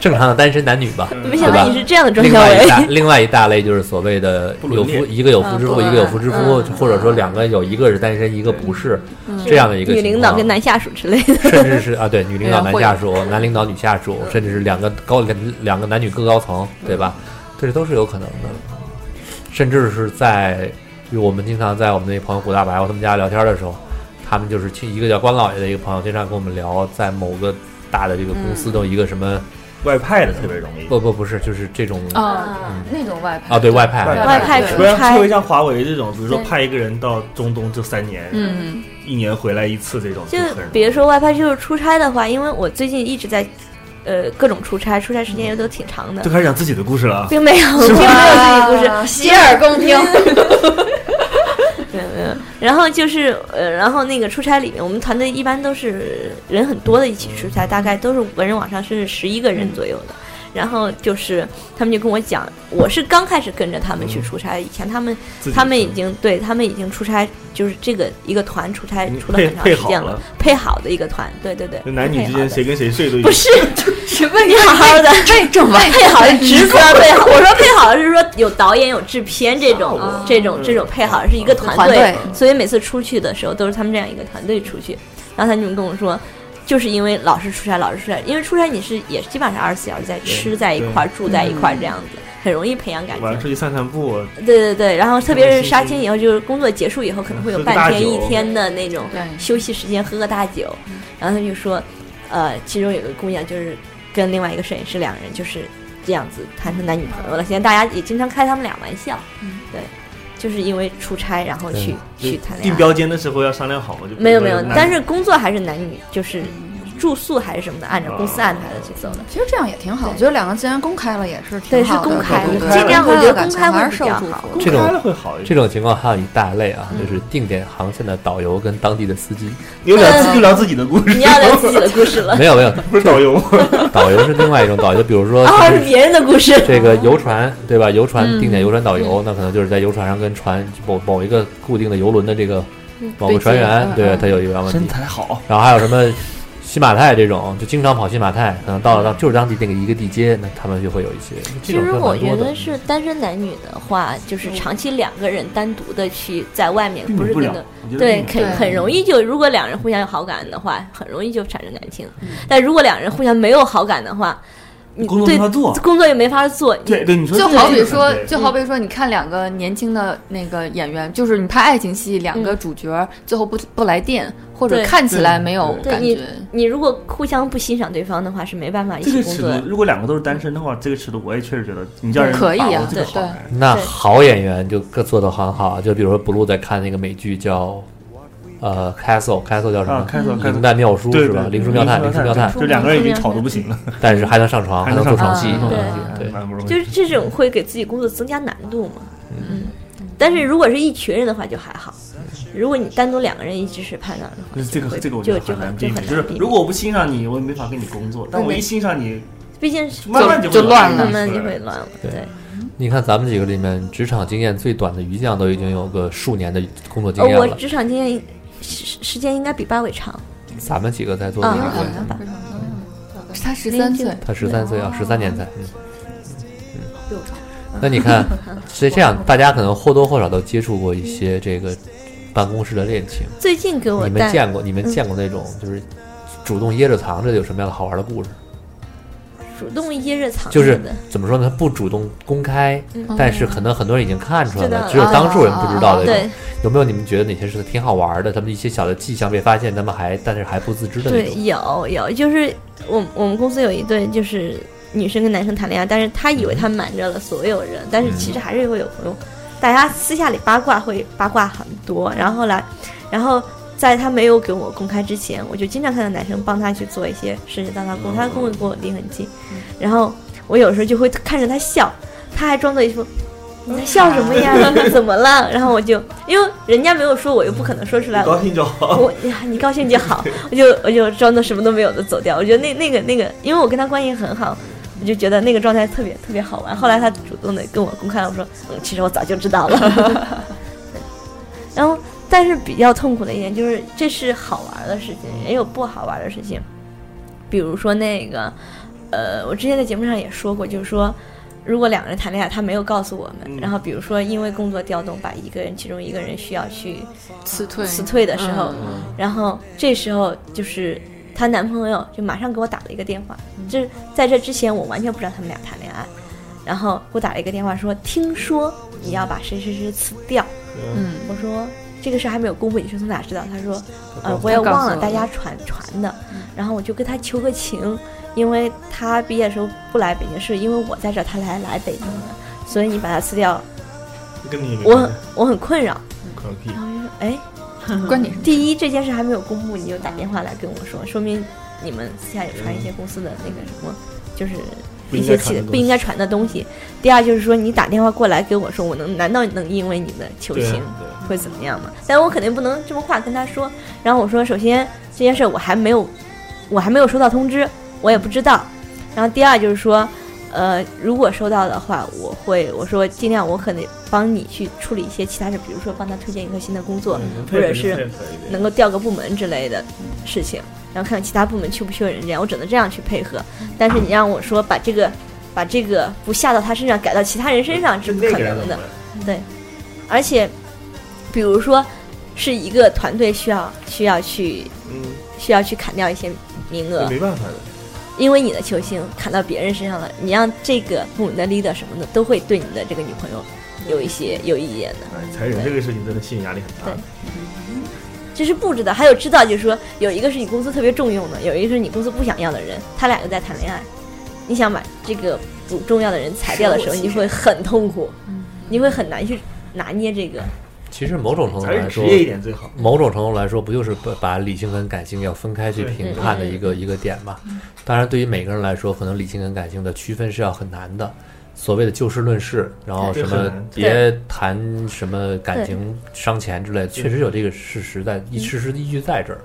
Speaker 3: 正常的单身男女吧，
Speaker 2: 没
Speaker 3: 对
Speaker 2: 想
Speaker 3: 吧
Speaker 2: 到？你是这样的庄
Speaker 3: 另
Speaker 2: 小
Speaker 3: 外一
Speaker 2: (laughs)
Speaker 3: 大
Speaker 2: 伟，
Speaker 3: 另外一大类就是所谓的
Speaker 5: 不
Speaker 3: 有
Speaker 5: 伦
Speaker 3: 夫
Speaker 5: 恋
Speaker 3: 一个有夫之妇，
Speaker 4: 嗯
Speaker 3: 一个有夫之夫
Speaker 2: 嗯，
Speaker 3: 或者说两个有一个是单身，一个不是这样的一个
Speaker 2: 女领导跟
Speaker 3: 情
Speaker 2: 男下属之类的。
Speaker 3: 况，甚至是啊对女领导
Speaker 4: 对
Speaker 3: 男
Speaker 4: 会
Speaker 3: 下属，男领导女下属，甚至是两个高两个男女各高层，对吧？这都是有可能的，甚至是在就我们经常在我们那朋友古大白他们家聊天的时候，他们就是去一个叫关老爷的一个朋友，经常跟我们聊在某个大的这个公司的一个什么
Speaker 5: 外派的特别容易，
Speaker 3: 不不不是就是这种
Speaker 4: 啊，那种外派
Speaker 3: 啊对外派
Speaker 5: 外
Speaker 2: 外派出
Speaker 5: 不然
Speaker 2: 差
Speaker 5: 特别像华为这种，比如说派一个人到中东就三年，
Speaker 4: 嗯，
Speaker 5: 一年回来一次这种，
Speaker 2: 就
Speaker 5: 很
Speaker 2: 比如说外派，就是出差的话，因为我最近一直在，呃，各种出差，出差时间也都挺长的
Speaker 5: 就，开始讲自己的故事了啊。
Speaker 2: 并没有，并没有自己故事，洗耳恭听。 (laughs) 没有没有，然后就是呃，然后那个出差里面，我们团队一般都是人很多的一起出差，大概都是五个人往上，甚至十一个人左右的。然后就是他们就跟我讲，我是刚开始跟着他们去出差，以前他们
Speaker 5: 自己
Speaker 2: 他们已经对他们已经出差，就是这个一个团出差
Speaker 5: 嗯
Speaker 2: 出了
Speaker 5: 配
Speaker 2: 很长时
Speaker 5: 配好
Speaker 2: 间
Speaker 5: 了，
Speaker 2: 配好的一个团，对对对，
Speaker 5: 就男女之
Speaker 2: 配好的
Speaker 5: 间谁跟谁睡都
Speaker 2: 不
Speaker 5: 有。
Speaker 2: 是什么？你好好的，
Speaker 6: 这正完
Speaker 2: 配好是职责配好，我说配好是说有导演有制片这种这种这种配好哦是一个团
Speaker 6: 团队
Speaker 2: 所以每次出去的时候都是他们这样一个团队出去，然后他就跟我说。就是因为老是出差，老是出差，因为出差你是也是基本上是二十四小时在吃在一块儿、住在一块儿这样子，很容易培养感
Speaker 5: 晚
Speaker 2: 情。
Speaker 5: 上出去散散步，
Speaker 2: 对对对，然后特别是杀青以后，就是工作结束以后，可能会有半天、一天的那种
Speaker 4: 对
Speaker 2: 休息时间，喝个大酒。然后他就说，呃，其中有个姑娘就是跟另外一个摄影师两个人就是这样子谈成男女朋友了。现在大家也经常开他们俩玩笑，对，就是因为出差然后去
Speaker 5: 就
Speaker 2: 去谈恋
Speaker 5: 定
Speaker 2: 爱。
Speaker 5: 标间的时候要商量好嘛，就比如
Speaker 2: 没有没
Speaker 5: 说
Speaker 2: 有，
Speaker 5: 男
Speaker 2: 但是工作还是男女，就是住宿还是什么的，按照公司
Speaker 5: 哦
Speaker 2: 安排的去走的。
Speaker 6: 其实这样也挺好，我觉得两个既然公开了，也是
Speaker 2: 对，
Speaker 6: 挺
Speaker 2: 是
Speaker 6: 好的。
Speaker 2: 公开
Speaker 5: 对对
Speaker 2: 的，
Speaker 5: 对
Speaker 2: 尽量我觉得公
Speaker 6: 公
Speaker 2: 开
Speaker 6: 开
Speaker 2: 会
Speaker 6: 还
Speaker 2: 比
Speaker 6: 是
Speaker 2: 较
Speaker 6: 受
Speaker 2: 好。
Speaker 6: 祝福。
Speaker 5: 公
Speaker 3: 这种
Speaker 5: 开了会好一
Speaker 3: 这
Speaker 5: 点。
Speaker 3: 种情况还有一大类啊，就是定点航线的导游跟当地的司机。
Speaker 5: 你就聊自就聊自己的故事
Speaker 2: 你，要聊自己的故事
Speaker 5: (laughs)
Speaker 2: 了，
Speaker 3: 没有没有，
Speaker 5: 不是导游吗，
Speaker 3: 导游是另外一种导游，比如说
Speaker 2: 哦，
Speaker 3: 就是是
Speaker 2: 别人的故事。
Speaker 3: 这个游船，对吧？游船定点游船导游，那可能就是在游船上跟船某某一个固定的游轮的这个某个船员，
Speaker 4: 对
Speaker 3: 对
Speaker 4: 接嗯
Speaker 3: 他有一个问题。
Speaker 5: 材好，
Speaker 3: 然后还有什么西马泰这种，就经常跑西马泰，可能到了当就是当地那个一个地接，那他们就会有一些。
Speaker 2: 其
Speaker 3: 这种
Speaker 2: 实
Speaker 3: 会蛮
Speaker 2: 我
Speaker 3: 多
Speaker 2: 觉
Speaker 3: 的
Speaker 2: 得是单身男女的话，就是长期两个人单独的去在外面，
Speaker 5: 嗯避
Speaker 2: 不
Speaker 5: 免
Speaker 2: 是
Speaker 5: 不
Speaker 2: 真
Speaker 5: 了
Speaker 2: 的，
Speaker 5: 我觉得
Speaker 2: 对，
Speaker 5: 避免不
Speaker 2: 很
Speaker 5: 了
Speaker 2: 很容易就如果两人互相有好感的话，很容易就产生感情。但如果两人互相没有好感的话，你
Speaker 5: 嗯工作
Speaker 2: 对
Speaker 5: 没法做
Speaker 2: 工作也没法做。
Speaker 5: 对对，你说
Speaker 4: 就
Speaker 5: 这个
Speaker 4: 好比说
Speaker 5: 对，
Speaker 4: 就好比说，你看两个年轻的那个演员，就是你拍爱情戏，两个主角最后不不来电，或
Speaker 2: 嗯
Speaker 4: 者
Speaker 2: 对
Speaker 4: 看起来没有
Speaker 2: 对
Speaker 4: 感
Speaker 2: 你
Speaker 4: 觉，，
Speaker 2: 你如果互相不欣赏对方的话，是没办法一起
Speaker 5: 这个
Speaker 2: 工
Speaker 5: 尺
Speaker 2: 作的
Speaker 5: 度，。如果两个都是单身的话，这个尺度我也确实觉得你叫人
Speaker 4: 可以啊
Speaker 5: 把握这个
Speaker 2: 对
Speaker 5: 好
Speaker 4: 对
Speaker 5: 难
Speaker 3: 那
Speaker 2: 对
Speaker 3: 好演员就各做的很好，就比如说 blue 在看那个美剧叫呃 Castle Castle 叫什么
Speaker 5: 啊，？开始开
Speaker 3: 灵
Speaker 5: 始。
Speaker 3: 蛋妙书
Speaker 5: 对
Speaker 3: 是吧？
Speaker 5: 对
Speaker 3: 灵书妙探，灵书妙探，
Speaker 5: 就两个人已经吵得不行了，
Speaker 3: 但是还能上床，
Speaker 5: (laughs)
Speaker 3: 还能啊做床
Speaker 5: 床
Speaker 3: 戏
Speaker 5: 还，能上
Speaker 2: 对
Speaker 5: 床
Speaker 3: 对
Speaker 5: 蛮不容易
Speaker 2: 就是这种嗯会给自己工作增加难度嘛。嗯，但是如果是一群人的话就还好，如果你单独两个人一直是判断的话，
Speaker 5: 这个
Speaker 2: 会
Speaker 5: 这个我觉
Speaker 2: 就
Speaker 5: 得
Speaker 2: 就
Speaker 5: 很难
Speaker 2: 很
Speaker 5: 避
Speaker 2: 就很
Speaker 5: 免，就是
Speaker 2: 难避
Speaker 5: 如
Speaker 2: 免。
Speaker 5: 果我不欣赏你，我也没法跟你工作。但我一欣赏你，
Speaker 2: 毕竟是
Speaker 5: 慢慢就
Speaker 6: 就乱了
Speaker 2: 慢慢就会。乱了，哦
Speaker 3: 对
Speaker 2: 对。
Speaker 3: 你看咱们几个里面，职场经验最短的于酱都已经有个数年的工作经
Speaker 2: 而
Speaker 3: 验
Speaker 2: 啊我
Speaker 3: 了，
Speaker 2: 职场经验时时间应该比八尾长，
Speaker 3: 咱们几个才做
Speaker 2: 啊
Speaker 3: 几个
Speaker 2: 好
Speaker 3: 月，
Speaker 2: 吧
Speaker 4: 他十三岁，
Speaker 3: 他十三岁啊，十三年才，嗯嗯。那
Speaker 2: (laughs)
Speaker 3: 你看，所以这样大家可能或多或少都接触过一些这个办公室的恋情。
Speaker 2: 最近给我
Speaker 3: 你们
Speaker 2: 带
Speaker 3: 见过你们
Speaker 2: 嗯
Speaker 3: 见过那种就是主动掖着藏着的有什么样的好玩的故事？
Speaker 2: 主动掖着藏
Speaker 3: 就
Speaker 2: 着
Speaker 3: 是
Speaker 2: 的，
Speaker 3: 怎么说呢？他不主动公开，
Speaker 2: 嗯
Speaker 3: 但是可能很多人已经看出来
Speaker 2: 知道
Speaker 3: 了，
Speaker 2: 了
Speaker 3: 只有当事人不知道的那
Speaker 2: 哦对
Speaker 3: 种。有没有你们觉得哪些是挺好玩的？他们一些小的迹象被发现，他们还但是还不自知的那
Speaker 2: 对，
Speaker 3: 种。
Speaker 2: 有有，就是我们我们公司有一对就是女生跟男生谈恋爱，但是他以为
Speaker 3: 嗯
Speaker 2: 他瞒着了所有人，但是其实还是会有朋友，大家私下里八卦会八卦很多，然后后来，然后。在他没有给我公开之前，我就经常看到男生帮他去做一些事情，当他
Speaker 3: 哦
Speaker 2: 公，他跟我跟我离很近，
Speaker 3: 嗯
Speaker 2: 然后我有时候就会看着他笑，他还装作一副你在笑什么
Speaker 3: (laughs)
Speaker 2: 呀？怎么了？然后我就因为人家没有说，我又不可能说出来，
Speaker 5: 高兴就好。
Speaker 2: 我 (laughs) 呀，你高兴就好，我就我就装作什么都没有的走掉。我觉得那那个那个，因为我跟他关系很好，我就觉得那个状态特别特别好玩。后来他主动的跟我公开了，我说，嗯，其实我早就知道了。 (laughs) 然后，但是比较痛苦的一点就是，这是好玩的事情，也有不好玩的事情。比如说那个，呃，我之前在节目上也说过，就是说，如果两个人谈恋爱，他没有告诉我们，
Speaker 5: 嗯
Speaker 2: 然后比如说因为工作调动，把一个人其中一个人需要去
Speaker 4: 辞退
Speaker 2: 辞退的时候，
Speaker 5: 嗯
Speaker 2: 然后这时候就是她男朋友就马上给我打了一个电话，
Speaker 4: 嗯
Speaker 2: 这在这之前我完全不知道他们俩谈恋爱，然后给我打了一个电话说，听说你要把谁谁谁辞掉，
Speaker 4: 嗯，
Speaker 2: 我说这个事儿还没有公布，你是从哪知道？他说，呃，我
Speaker 4: 他
Speaker 2: 也
Speaker 4: 告诉
Speaker 2: 忘了
Speaker 4: 我嗯
Speaker 2: 大
Speaker 4: 了
Speaker 2: 家传传的，然后我就跟他求个情，因为他毕业的时候不来北京市，因为我在这儿，他来来北京了，所以你把他辞掉，
Speaker 5: 跟你
Speaker 2: 我很我很困扰。
Speaker 5: 可屁
Speaker 2: 然后我就说，
Speaker 5: (laughs)
Speaker 2: 哎，
Speaker 4: 关
Speaker 5: 嗯
Speaker 4: 你什么事？
Speaker 2: 第一，这件事还没有公布，你就打电话来跟我说，说明你们私下有传一些公司的那个什么，就是
Speaker 5: 不
Speaker 2: 一
Speaker 5: 应
Speaker 2: 些
Speaker 5: 该
Speaker 2: 其
Speaker 5: 传的
Speaker 2: 不应该传的东西。第二就是说，你打电话过来跟我说，我能难道能因为你的求
Speaker 5: 对啊
Speaker 2: 情
Speaker 5: 对
Speaker 2: 会怎么样吗？但我肯定不能这么话跟他说。然后我说，首先这件事我还没有，我还没有收到通知，我也不知道。然后第二就是说，呃，如果收到的话，我会我说尽量我可能帮你去处理一些其他事，比如说帮他推荐一个新的工作，
Speaker 5: 嗯
Speaker 2: 或者是能够调个部门之类的事情，然后看看其他部门缺不缺人这样，我只能这样去配合。但是你让我说把这个把这个不下到他身上，改到其他人身上是不可能的，对。而且，比如说是一个团队需要需要去
Speaker 5: 嗯，
Speaker 2: 需要去砍掉一些名额
Speaker 5: 这，没办法的。
Speaker 2: 因为你的球星砍到别人身上了，你让这个部门的 leader 什么的都会对你的这个女朋友有一些有意见的。
Speaker 5: 哎，裁员这个事情真的心理压力很大
Speaker 2: 对。这是布置的，还有知道就是说，有一个是你公司特别重用的，有一个是你公司不想要的人，他俩又在谈恋爱，你想把这个不重要的人裁掉的时候，你会很痛苦，你会很难去拿捏这个。
Speaker 3: 其实某种程度
Speaker 5: 还是
Speaker 3: 来
Speaker 5: 职
Speaker 3: 说，
Speaker 5: 业一点最好。
Speaker 3: 某种程度来说，不就是把把理性跟感性要分开去评判的一个一个点嘛？当然，对于每个人来说，可能理性跟感性的区分是要很难的。所谓的就事论事，然后
Speaker 5: 对
Speaker 3: 什
Speaker 5: 很
Speaker 3: 么
Speaker 5: 难
Speaker 3: 别谈什么感情伤钱之类，确实有这个事实在，一事实依据在这儿。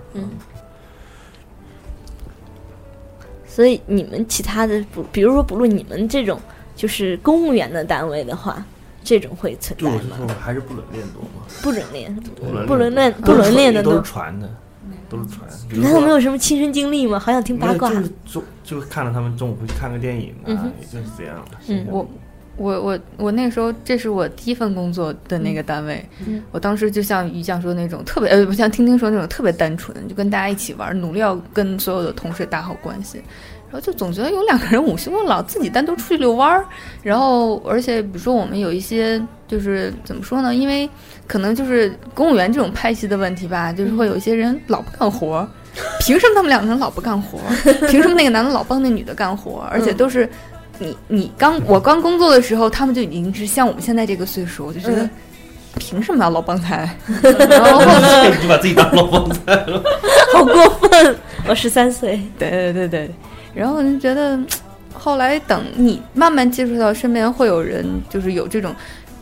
Speaker 2: 所以你们其他的不，比如说不论你们这种就是公务员的单位的话，这种会存
Speaker 5: 就我
Speaker 2: 在
Speaker 5: 就
Speaker 2: 吗？
Speaker 5: 说，还是不伦恋多嘛。
Speaker 2: 不准恋，
Speaker 5: 不
Speaker 2: 不伦
Speaker 5: 伦恋
Speaker 2: 恋，不伦恋的
Speaker 5: 都是
Speaker 2: 都，
Speaker 5: 传的，都是传。比如
Speaker 2: 难道
Speaker 5: 说
Speaker 2: 没有什么亲身经历吗？好想听
Speaker 5: 没
Speaker 2: 八
Speaker 5: 有
Speaker 2: 卦。
Speaker 5: 就是中就是看了他们中午会去看个电影
Speaker 2: 嗯
Speaker 5: 啊
Speaker 2: 哼，
Speaker 5: 也就是这样的。
Speaker 2: 嗯
Speaker 5: (laughs)
Speaker 4: 我我我我那时候，这是我第一份工作的那个单位，
Speaker 2: 嗯
Speaker 4: 我当时就像于酱说的那种特别，呃，不像听听说的那种特别单纯，就跟大家一起玩，努力要跟所有的同事打好关系，然后就总觉得有两个人武行不老，自己单独出去遛弯儿，然后而且比如说我们有一些就是怎么说呢，因为可能就是公务员这种派系的问题吧，就是会有一些人老不干活儿。凭什么他们两个人老不干活儿？凭什么那个男的老帮那女的干活儿？而且都是你你刚我刚工作的时候，他们就已经是像我们现在这个岁数，我就觉得
Speaker 2: 嗯
Speaker 4: 凭什么要老帮菜？然后
Speaker 5: 你把自己当老
Speaker 2: (laughs)
Speaker 5: 公在了。
Speaker 2: 好过分！我十三岁，
Speaker 4: 对对对对，然后我就觉得，后来等你慢慢接触到身边会有人就是有这种，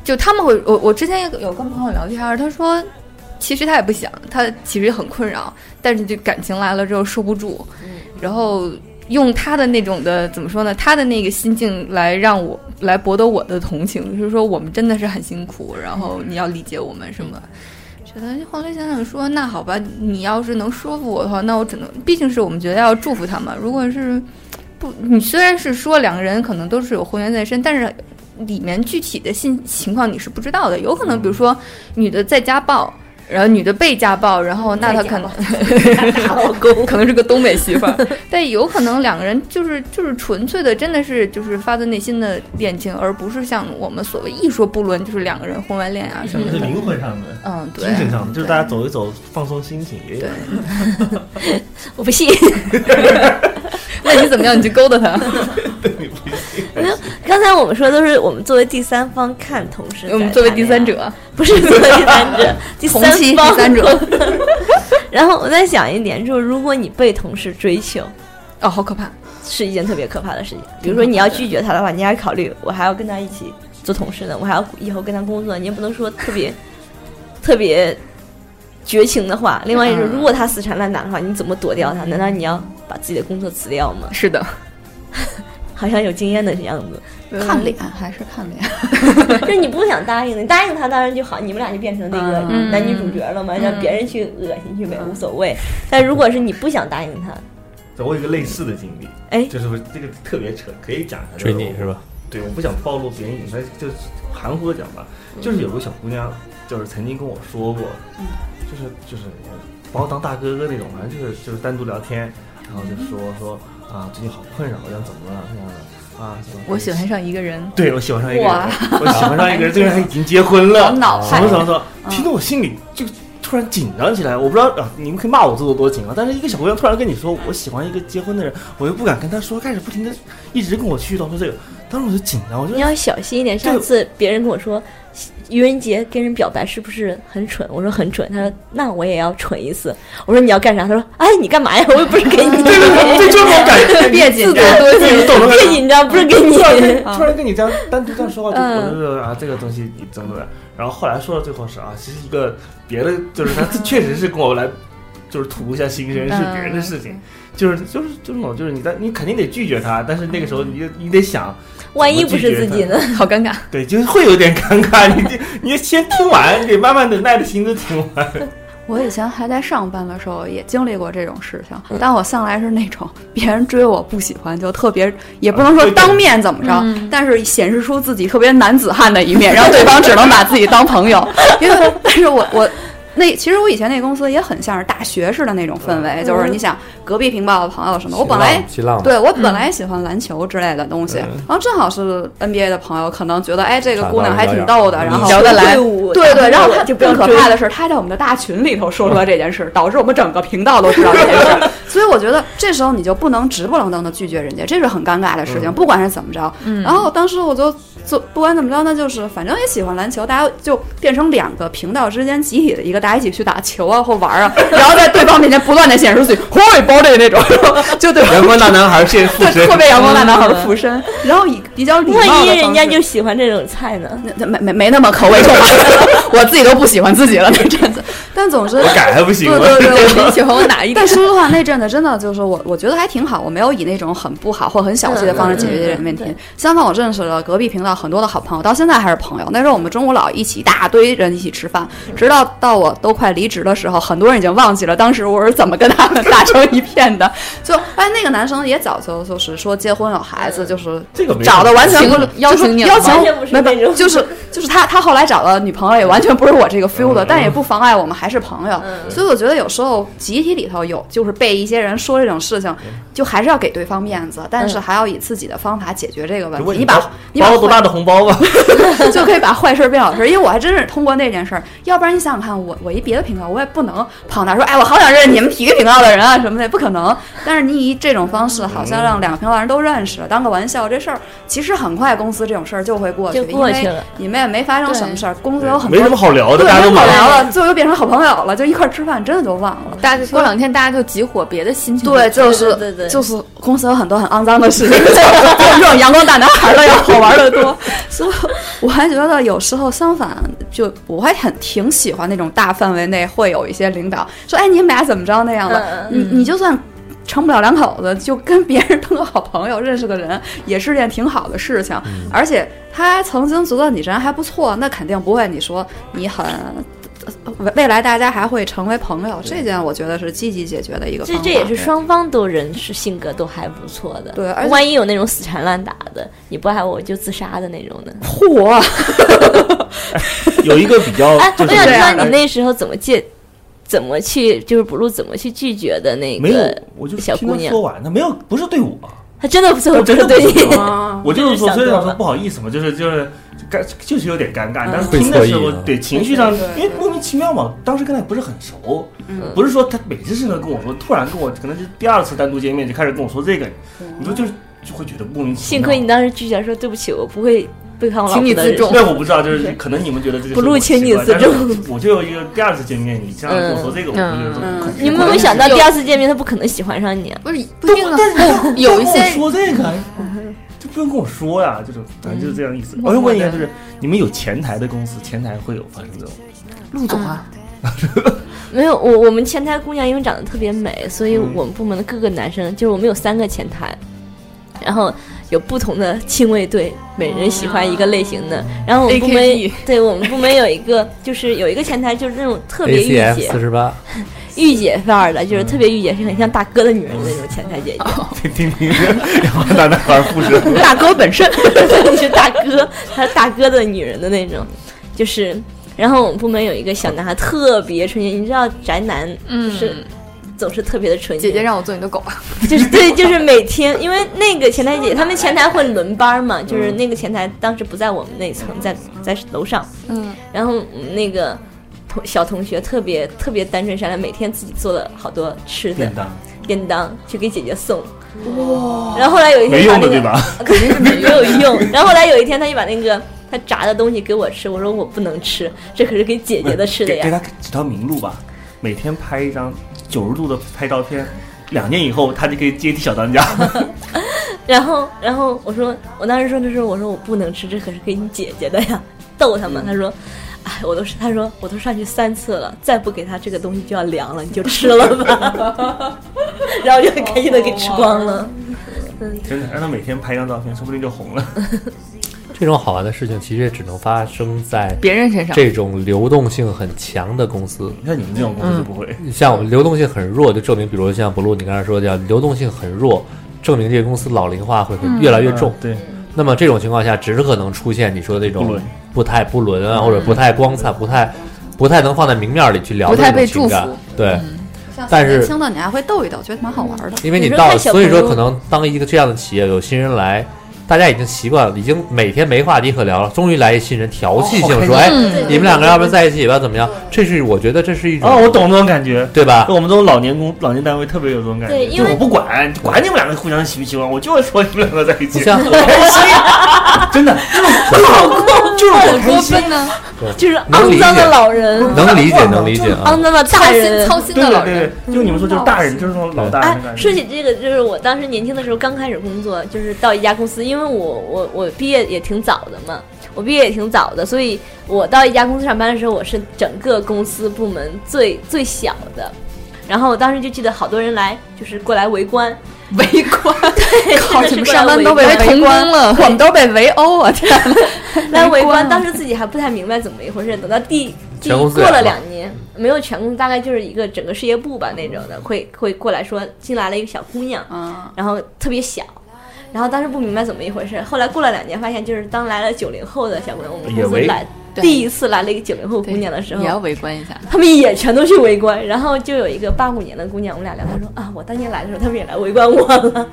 Speaker 4: 就他们会我我之前有有跟朋友聊天儿，他说其实他也不想，他其实很困扰，但是就感情来了之后收不住，然后用他的那种的怎么说呢？他的那个心境来让我来博得我的同情，就是说我们真的是很辛苦，然后你要理解我们什么。觉得后来想想说，那好吧，你要是能说服我的话，那我只能，毕竟是我们觉得要祝福他嘛。如果是不，你虽然是说两个人可能都是有婚缘在身，但是里面具体的信情况你是不知道的。有可
Speaker 5: 嗯
Speaker 4: 能，比如说女的在家暴，然后女的被家暴， (laughs) 然后那她可能
Speaker 2: 老公
Speaker 4: 可能是个东北媳妇儿， (laughs) 但有可能两个人就是就是纯粹的，真的是就是发自内心的恋情，而不是像我们所谓一说不伦就是两个人婚外恋啊什么
Speaker 5: 是
Speaker 4: 的。
Speaker 5: 灵魂上的、
Speaker 4: 嗯，对
Speaker 5: 精，神上的，就是大家走一走，放松心情也有
Speaker 4: 对。
Speaker 2: 我不信。
Speaker 4: 那你怎么样？你去勾搭 (laughs) 他？
Speaker 5: 哎
Speaker 2: 刚才我们说都是我们作为第三方看同事，
Speaker 4: 我们作为第三，者，
Speaker 2: 啊不是作为第三
Speaker 5: (laughs)
Speaker 2: 者，第
Speaker 4: 同
Speaker 2: 三
Speaker 4: 期第
Speaker 2: 方
Speaker 4: 三者。
Speaker 2: (laughs) 然后我在想一点，就是如果你被同事追求，
Speaker 4: 哦，好可怕！
Speaker 2: 是一件特别可怕的事情。比如说你要拒绝他的话，你还考虑我还要跟他一起做同事呢，我还要以后跟他工作，你也不能说特别特别绝情的话。另外一种，
Speaker 4: 嗯
Speaker 2: 如果他死缠烂打的话，你怎么躲掉他？难道你要把自己的工作辞掉吗？
Speaker 4: 是的，
Speaker 2: 好像有经验的样子，
Speaker 6: 看脸还是看脸，
Speaker 2: 就是你不想答应，你答应他当然就好，你们俩就变成那个
Speaker 4: 嗯
Speaker 2: 男女主角了嘛，让别人去恶心去呗，无所谓。但如果是你不想答应他，
Speaker 5: 对我有一个类似的经历，
Speaker 2: 哎
Speaker 5: 就是我这个特别扯，可以讲一下。
Speaker 3: 追你是
Speaker 5: 吧？
Speaker 3: 吧？
Speaker 5: 对，我不想暴露别人隐私，就是含糊的讲吧，
Speaker 4: 嗯
Speaker 5: 就是有个小姑娘，就是曾经跟我说过，就是就是把我当大哥哥那种，反正就是就是单独聊天，然后就说
Speaker 4: 嗯
Speaker 5: 说啊，最近好困扰，我想怎么了那样的啊，怎么
Speaker 4: 我喜欢上一个人，
Speaker 5: 对，我喜欢上一个人
Speaker 4: 哇，
Speaker 5: 我喜欢上一个人，这个人还已经结婚了，
Speaker 6: 好脑
Speaker 5: 什
Speaker 6: 残
Speaker 5: 么什么什么，听得我心里就突然紧张起来。我不知道啊，你们可以骂我做的多紧张，但是一个小姑娘突然跟你说我喜欢一个结婚的人，我又不敢跟她说，开始不停的一直跟我絮叨说这个，当时我就紧张，我就
Speaker 2: 你要小心一点。上次别人跟我说，愚人节跟人表白是不是很蠢？我说很蠢。他说那我也要蠢一次。我说你要干啥？他说哎你干嘛呀？我又不是给你，
Speaker 5: 对对对，对，就是这种感觉，
Speaker 4: 别紧张，
Speaker 5: 自己懂了。
Speaker 2: 别紧张，不是给你
Speaker 5: 突。然跟突然跟你这样单独这样说话，就
Speaker 4: 嗯
Speaker 5: 我就是啊，这个东西你怎么怎么样。然后后来说到最后是啊，其实一个别的，就是他确实是跟我来，就是吐一下心声，是别人的事情，就是就是就是那种，就是你在你肯定得拒绝他，但是那个时候你就你得想，
Speaker 2: 万一不是自己呢？
Speaker 4: 好尴尬。
Speaker 5: 对，就是会有点尴尬，你得你先听完，你得慢慢的耐着心的听完。
Speaker 6: 我以前还在上班的时候也经历过这种事情，但我向来是那种 (laughs) 别人追我不喜欢就特别，也不能
Speaker 5: 啊
Speaker 6: 说
Speaker 5: 对对
Speaker 6: 当面怎么着，但是显示出自己特别男子汉的一面，让对方只能把自己当朋友。因为，但是我我。那其实我以前那公司也很像是大学似的那种氛围，就是你想隔壁屏报的朋友什么，我本来
Speaker 3: 新浪的
Speaker 6: 对我本来喜欢篮球之类的东西，然后正好是 NBA 的朋友，可能觉得哎这个姑娘还挺逗的，然后
Speaker 4: 聊得
Speaker 6: (laughs)
Speaker 4: 来
Speaker 2: 队伍
Speaker 6: 对对，然后他
Speaker 2: 就不要
Speaker 6: 更可
Speaker 2: 追
Speaker 6: 怕的是，他在我们的大群里头说出来这件 (laughs) 事，导致我们整个频道都知道这件事。 (laughs) 所以我觉得这时候你就不能直不愣登的拒绝人家，这是很尴尬的事情，
Speaker 5: 嗯
Speaker 6: 不管是怎么着。
Speaker 4: 嗯
Speaker 6: 然后当时我就做，不管怎么着，那就是反正也喜欢篮球，大家就变成两个频道之间集体的一个，大家一起去打球啊或玩啊，然后在对方面前不断的显示自己会包的那种， (laughs) 就对
Speaker 5: 阳光大男孩现附
Speaker 6: 对特别阳光大男孩附身，然后以比较礼貌
Speaker 2: 万
Speaker 6: 的方
Speaker 2: 一
Speaker 6: 式。
Speaker 2: 人家就喜欢这种菜呢？
Speaker 6: 那那没没没那么口味重吧， (laughs) 我自己都不喜欢自己了那阵子。但总之，
Speaker 5: 改还不行
Speaker 6: 对
Speaker 5: 吗？
Speaker 4: (laughs)
Speaker 6: 对对，我
Speaker 4: 你喜欢我哪一点
Speaker 6: 但？说实话，那阵子真的就是我，我觉得还挺好，我没有以那种很不好或很小气的方式解决这种问题
Speaker 2: 嗯嗯嗯。
Speaker 6: 相反，我认识了隔壁频道很多的好朋友，到现在还是朋友。那时候我们中午老一起一大堆人一起吃饭，直到到我都快离职的时候，很多人已经忘记了当时我是怎么跟他们打成一片的。就哎，那个男生也早就就是说结婚有孩子，就是
Speaker 5: 这个没
Speaker 6: 找的完全不是
Speaker 4: 请邀请你了
Speaker 6: 邀请
Speaker 2: 完全不是
Speaker 6: 没没
Speaker 2: 那种
Speaker 6: 就是就是他他后来找的女朋友也完全不是我这个
Speaker 5: 嗯
Speaker 6: feel 的，但也不妨碍我们还是朋友。
Speaker 2: 嗯
Speaker 6: 所以我觉得有时候集体里头有就是被一些人说这种事情，
Speaker 5: 嗯
Speaker 6: 就还是要给对方面子，但
Speaker 2: 嗯
Speaker 6: 是还要以自己的方法解决这个问
Speaker 5: 就问
Speaker 6: 题。
Speaker 5: 你
Speaker 6: 把
Speaker 5: 包
Speaker 6: 你把
Speaker 5: 包多大的红包吧？
Speaker 6: (laughs) 就可以把坏事变好事。因为我还真是通过那件事儿，要不然你想想看，我我一别的频道，我也不能跑那儿说，哎，我好想认识你们体育频道的人啊什么的，不可能。但是你以这种方式，好像让两个频道人都认识了，当个玩笑，这事儿其实很快公司这种事儿就会过去，
Speaker 2: 就过去
Speaker 6: 因为
Speaker 2: 了
Speaker 6: 你们也没发生什么事儿，公司有很
Speaker 5: 没
Speaker 6: 多
Speaker 5: 什么好聊的，
Speaker 6: 对，
Speaker 5: 大家都
Speaker 6: 没
Speaker 5: 忙
Speaker 6: 好。聊了，最后又变成好朋友了，就一块儿吃饭，真的就忘了。
Speaker 4: 大家过两天大家就集火，别的心情
Speaker 6: 对，就是
Speaker 2: 对对对
Speaker 6: 就是 (laughs) 公司有很多很肮脏的事情，比这种阳光大男孩的要好玩的多。所以我还觉得有时候相反，就我还很挺喜欢那种大范围内会有一些领导说，哎，你们俩怎么着那样的，
Speaker 2: 嗯
Speaker 6: 你你就算。成不了两口子，就跟别人当个好朋友，认识个人也是件挺好的事情。而且他曾经觉得你人还不错，那肯定不会你说你很未未来大家还会成为朋友，这件我觉得是积极解决的一个方
Speaker 2: 这
Speaker 6: 法。
Speaker 2: 这也是双方都人是性格都还不错的。
Speaker 6: 对而且
Speaker 2: 万一有那种死缠烂打的，你不爱我我就自杀的那种呢？
Speaker 6: 嚯，
Speaker 5: 有一个比较
Speaker 2: 哎，
Speaker 5: 哦就
Speaker 2: 我
Speaker 5: 是
Speaker 2: 想
Speaker 6: 这
Speaker 2: 知
Speaker 6: 样
Speaker 2: 道你那时候怎么戒，怎么去就是补录怎么去拒绝的那
Speaker 5: 没有
Speaker 2: 个，
Speaker 5: 我就
Speaker 2: 小
Speaker 5: 听
Speaker 2: 姑
Speaker 5: 他
Speaker 2: 娘
Speaker 5: 说完，那没有不是对我，
Speaker 2: 他真的最后
Speaker 5: 他真
Speaker 2: 不
Speaker 5: 的
Speaker 2: 是对
Speaker 5: 不是
Speaker 2: 你
Speaker 5: 对，我就是说，
Speaker 2: 哦想
Speaker 5: 虽
Speaker 2: 多
Speaker 5: 然说
Speaker 2: 了嗯
Speaker 5: 不好意思嘛，就是就是就尴就是有点尴尬，但是
Speaker 3: 会
Speaker 5: 听
Speaker 3: 错
Speaker 5: 的
Speaker 3: 意
Speaker 5: 时候
Speaker 3: 啊
Speaker 5: 对情绪上
Speaker 6: 对，
Speaker 5: 因
Speaker 6: 对
Speaker 5: 为莫名其妙嘛，当时跟他也不是很熟，
Speaker 2: 嗯
Speaker 3: 嗯
Speaker 5: 不是说他每次事情都跟我说，突然跟我可能是第二次单独见面就开始跟我说这个，你说就是就会觉得莫名其
Speaker 2: 嗯幸
Speaker 5: 妙。
Speaker 2: 亏你当时拒绝说对不起，我不会背叛我老
Speaker 4: 请
Speaker 2: 婆
Speaker 4: 你
Speaker 2: 的
Speaker 4: 自
Speaker 2: 人。
Speaker 4: 重
Speaker 5: 那我不知道，就是可能你们觉得这个
Speaker 2: 不录
Speaker 5: 情
Speaker 2: 请你自重
Speaker 5: 我就有一个第二次见面，你这样跟我说这个，我就觉得
Speaker 6: 嗯
Speaker 5: 很
Speaker 6: 嗯
Speaker 2: 你们有没有想到第二次见面他不可能喜欢上你啊？
Speaker 4: 不是不一定啊，
Speaker 5: (laughs)
Speaker 4: 有一些嗯
Speaker 5: 跟我说这个， (laughs) 就不用跟我说呀，这种反正就是这样意思。我就问一下，就是
Speaker 4: 嗯
Speaker 5: 你们有前台的公司，前台会有发生这种？ (laughs)
Speaker 6: 陆总啊，
Speaker 2: 没有，我我们前台姑娘因为长得特别美，所以我们部门的各个男生，就是我们有三个前台，然后有不同的亲卫队，每人喜欢一个类型的。然后我们部门
Speaker 4: AKB，
Speaker 2: 对我们部门有一个，就是有一个前台，就是那种特别御
Speaker 3: ACF 四
Speaker 2: 姐、
Speaker 3: 十八，
Speaker 2: 御姐范儿的，
Speaker 4: 嗯
Speaker 2: 就是特别御姐，是很像大哥的女人的那种前台姐姐。
Speaker 4: 哦
Speaker 5: 听听听，然后男的孩复制。 (laughs)
Speaker 2: 大哥本身 (laughs) 是大哥，他是大哥的女人的那种，就是。然后我们部门有一个小男孩特别纯洁，你知道宅男
Speaker 4: 嗯
Speaker 2: 是、总是特别的纯洁。
Speaker 4: 姐姐让我做你的狗吧，
Speaker 2: 就是对，就是每天，因为那个前台姐，他们前台会轮班
Speaker 4: 嗯
Speaker 2: 嘛，就是那个前台当时不在我们那层，在在楼上，
Speaker 4: 嗯，
Speaker 2: 然后我们那个同小同学特别特别单纯善良，每天自己做了好多吃的
Speaker 5: 便当
Speaker 2: 便当去给姐姐送。哇！然后后来有一天
Speaker 5: 没
Speaker 2: 把
Speaker 5: 用
Speaker 2: 那
Speaker 5: 的
Speaker 2: 个
Speaker 5: 对吧？
Speaker 2: (laughs) 肯定是没有
Speaker 5: (laughs)
Speaker 2: 用。然后后来有一天，他就把那个他炸的东西给我吃，我说我不能吃，这可是给姐姐的吃的
Speaker 5: 给给
Speaker 2: 呀。
Speaker 5: 他指条明路吧，每天拍一张九十度的拍照片，两年以后他就可以接替小
Speaker 4: (laughs)
Speaker 5: 当家。
Speaker 2: 然后然后我说，我当时说的时候，我说我不能吃，这可是给你姐姐的呀，逗他
Speaker 5: 嗯
Speaker 2: 们。他说。哎，我都是，他说我都上去三次了，再不给他这个东西就要凉了，你就吃了吧。然后就很开心的给吃光了。
Speaker 5: 真的，让他每天拍一张照片，说不定就红了。
Speaker 4: 嗯
Speaker 3: 这种好玩的事情其实也只能发生在
Speaker 4: 别人身上
Speaker 3: 这种流动性很强的公司。
Speaker 5: 你看你们这种公司
Speaker 4: 嗯
Speaker 5: 就不会，
Speaker 3: 像我们流动性很弱，就证明，比如像不露你刚才说的，叫流动性很弱，证明这个公司老龄化会很越来越重。
Speaker 5: 对，
Speaker 4: 嗯
Speaker 3: 那么这种情况下，只可能出现你说的那
Speaker 5: 不
Speaker 3: 种
Speaker 5: 伦
Speaker 3: 不太不伦
Speaker 4: 嗯
Speaker 3: 啊，或者不太光彩、不太不太能放在明面里去聊
Speaker 4: 不
Speaker 3: 的
Speaker 4: 太
Speaker 3: 那种
Speaker 4: 被
Speaker 3: 情感
Speaker 4: 祝福。嗯
Speaker 3: 对，
Speaker 6: 像
Speaker 3: 但是
Speaker 6: 年轻的你还会逗一逗，觉得蛮好玩的。
Speaker 3: 因为
Speaker 2: 你
Speaker 3: 你
Speaker 2: 说
Speaker 3: 到，
Speaker 2: 看小
Speaker 3: 所以
Speaker 2: 朋
Speaker 3: 说
Speaker 2: 友
Speaker 3: 可能当一个这样的企业有新人来，大家已经习惯了，已经每天没话题可聊了，终于来一新人调戏
Speaker 2: 哦
Speaker 3: 性说，哎，
Speaker 4: 嗯
Speaker 3: 你们两个要不然在一起吧，怎么样？这是我觉得这是一种
Speaker 5: 哦，我，懂这种感觉。
Speaker 3: 对
Speaker 5: (laughs)
Speaker 3: 吧？
Speaker 5: 我们这种老年工老年单位特别有这种感觉，
Speaker 2: 对因为
Speaker 5: 就我不管，管你们两个互相喜不喜欢，我就要说你们两个在一
Speaker 3: 不
Speaker 5: 起， (laughs)
Speaker 3: 像
Speaker 2: (laughs)
Speaker 5: 真的，
Speaker 2: 就是我
Speaker 4: 多分呢，
Speaker 2: 就是肮脏的老人，
Speaker 3: 能理解，能理解啊
Speaker 2: 肮。脏的大
Speaker 4: 操心
Speaker 2: 人，
Speaker 4: 操心
Speaker 5: 对
Speaker 4: 的
Speaker 5: 对
Speaker 4: 老人
Speaker 5: 对，对，就你们说就是大人，就是那种老大人
Speaker 2: 哎
Speaker 5: 的，感觉
Speaker 2: 说。起这个，就是我当时年轻的时候刚开始工作，就是到一家公司，因为我我我毕业也挺早的嘛，我毕业也挺早的，所以我到一家公司上班的时候，我是整个公司部门最最小的。然后我当时就记得好多人来，就是过来围观，
Speaker 4: 围
Speaker 2: (laughs)
Speaker 4: 观，
Speaker 2: 真
Speaker 6: 靠，
Speaker 2: 的
Speaker 6: 你
Speaker 2: 是
Speaker 6: 们
Speaker 2: 过
Speaker 6: 上
Speaker 2: 来
Speaker 6: 班
Speaker 2: 围
Speaker 6: 都
Speaker 2: 观
Speaker 4: 围
Speaker 6: 被围观
Speaker 4: 同工了
Speaker 6: 我们都被围殴啊！天哪，
Speaker 2: (laughs) 来围
Speaker 6: 观
Speaker 2: 观，
Speaker 6: 啊
Speaker 2: 当时自己还不太明白怎么一回事。等到第第
Speaker 3: 全公司
Speaker 2: 过了
Speaker 3: 来了
Speaker 2: 两年，没有全公司，大概就是一个整个事业部吧那种的，会会过来说进来了一个小姑娘，
Speaker 4: 嗯
Speaker 6: 啊，
Speaker 2: 然后特别小。然后当时不明白怎么一回事，后来过了两年，发现就是当来了九零后的小姑娘，我们
Speaker 5: 也
Speaker 2: 公司
Speaker 5: 围
Speaker 2: 来
Speaker 4: 对
Speaker 2: 第一次来了一个九零后姑娘的时候
Speaker 4: 也，要围观一 (laughs) 下，
Speaker 2: 他们也全都去围观。然后就有一个八五年的姑娘，我们俩聊，她说啊，我当年来的时候，他们也来围观我了。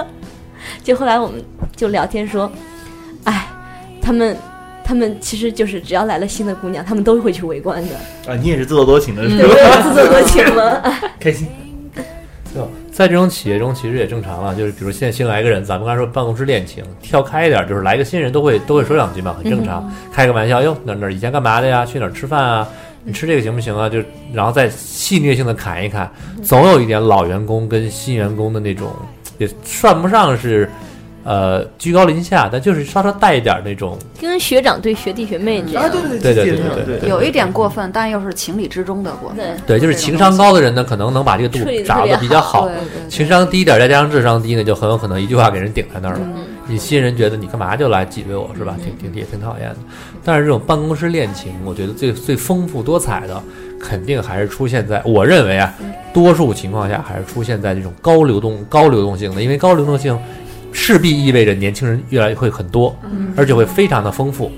Speaker 2: 就后来我们就聊天说，哎，他们他们其实就是只要来了新的姑娘，他们都会去围观的，
Speaker 5: 啊，你也是自作多情的，是
Speaker 2: 嗯对，我
Speaker 5: 吧？
Speaker 2: 有自作多情了。
Speaker 3: 嗯
Speaker 2: 哎
Speaker 5: (laughs) 开心，
Speaker 3: 就在这种企业中，其实也正常了，就是比如现在新来一个人，咱们刚才说办公室恋情，跳开一点，就是来个新人都会都会说两句嘛，很正常，开个玩笑，哟，哪哪以前干嘛的呀？去哪儿吃饭啊？你吃这个行不行啊？就然后再戏谑性的侃一侃，总有一点老员工跟新员工的那种，也算不上是。呃居高临下，但就是稍稍带一点那种
Speaker 2: 跟学长对啊学弟学妹这样。
Speaker 5: 啊对
Speaker 3: 对对对
Speaker 5: 对
Speaker 3: 对对
Speaker 6: 有一点过分，但又是情理之中的过分。
Speaker 3: 对，就是情商高的人呢，可能能把这个度
Speaker 2: 处理得特
Speaker 3: 掌握
Speaker 2: 别
Speaker 3: 的比较
Speaker 2: 好
Speaker 3: 好
Speaker 6: 对。对
Speaker 3: 情商低一点，再加上智商低呢，就很有可能一句话给人顶在那儿了。
Speaker 6: 嗯
Speaker 3: 你新人觉得你干嘛就来挤兑我是吧？挺挺也挺讨厌的。但是这种办公室恋情，我觉得最最丰富多彩的，肯定还是出现在我认为啊，
Speaker 6: 嗯
Speaker 3: 多数情况下还是出现在这种高流动高流动性的，因为高流动性势必意味着年轻人越来越会很多，
Speaker 6: 嗯
Speaker 3: 而且会非常的丰富，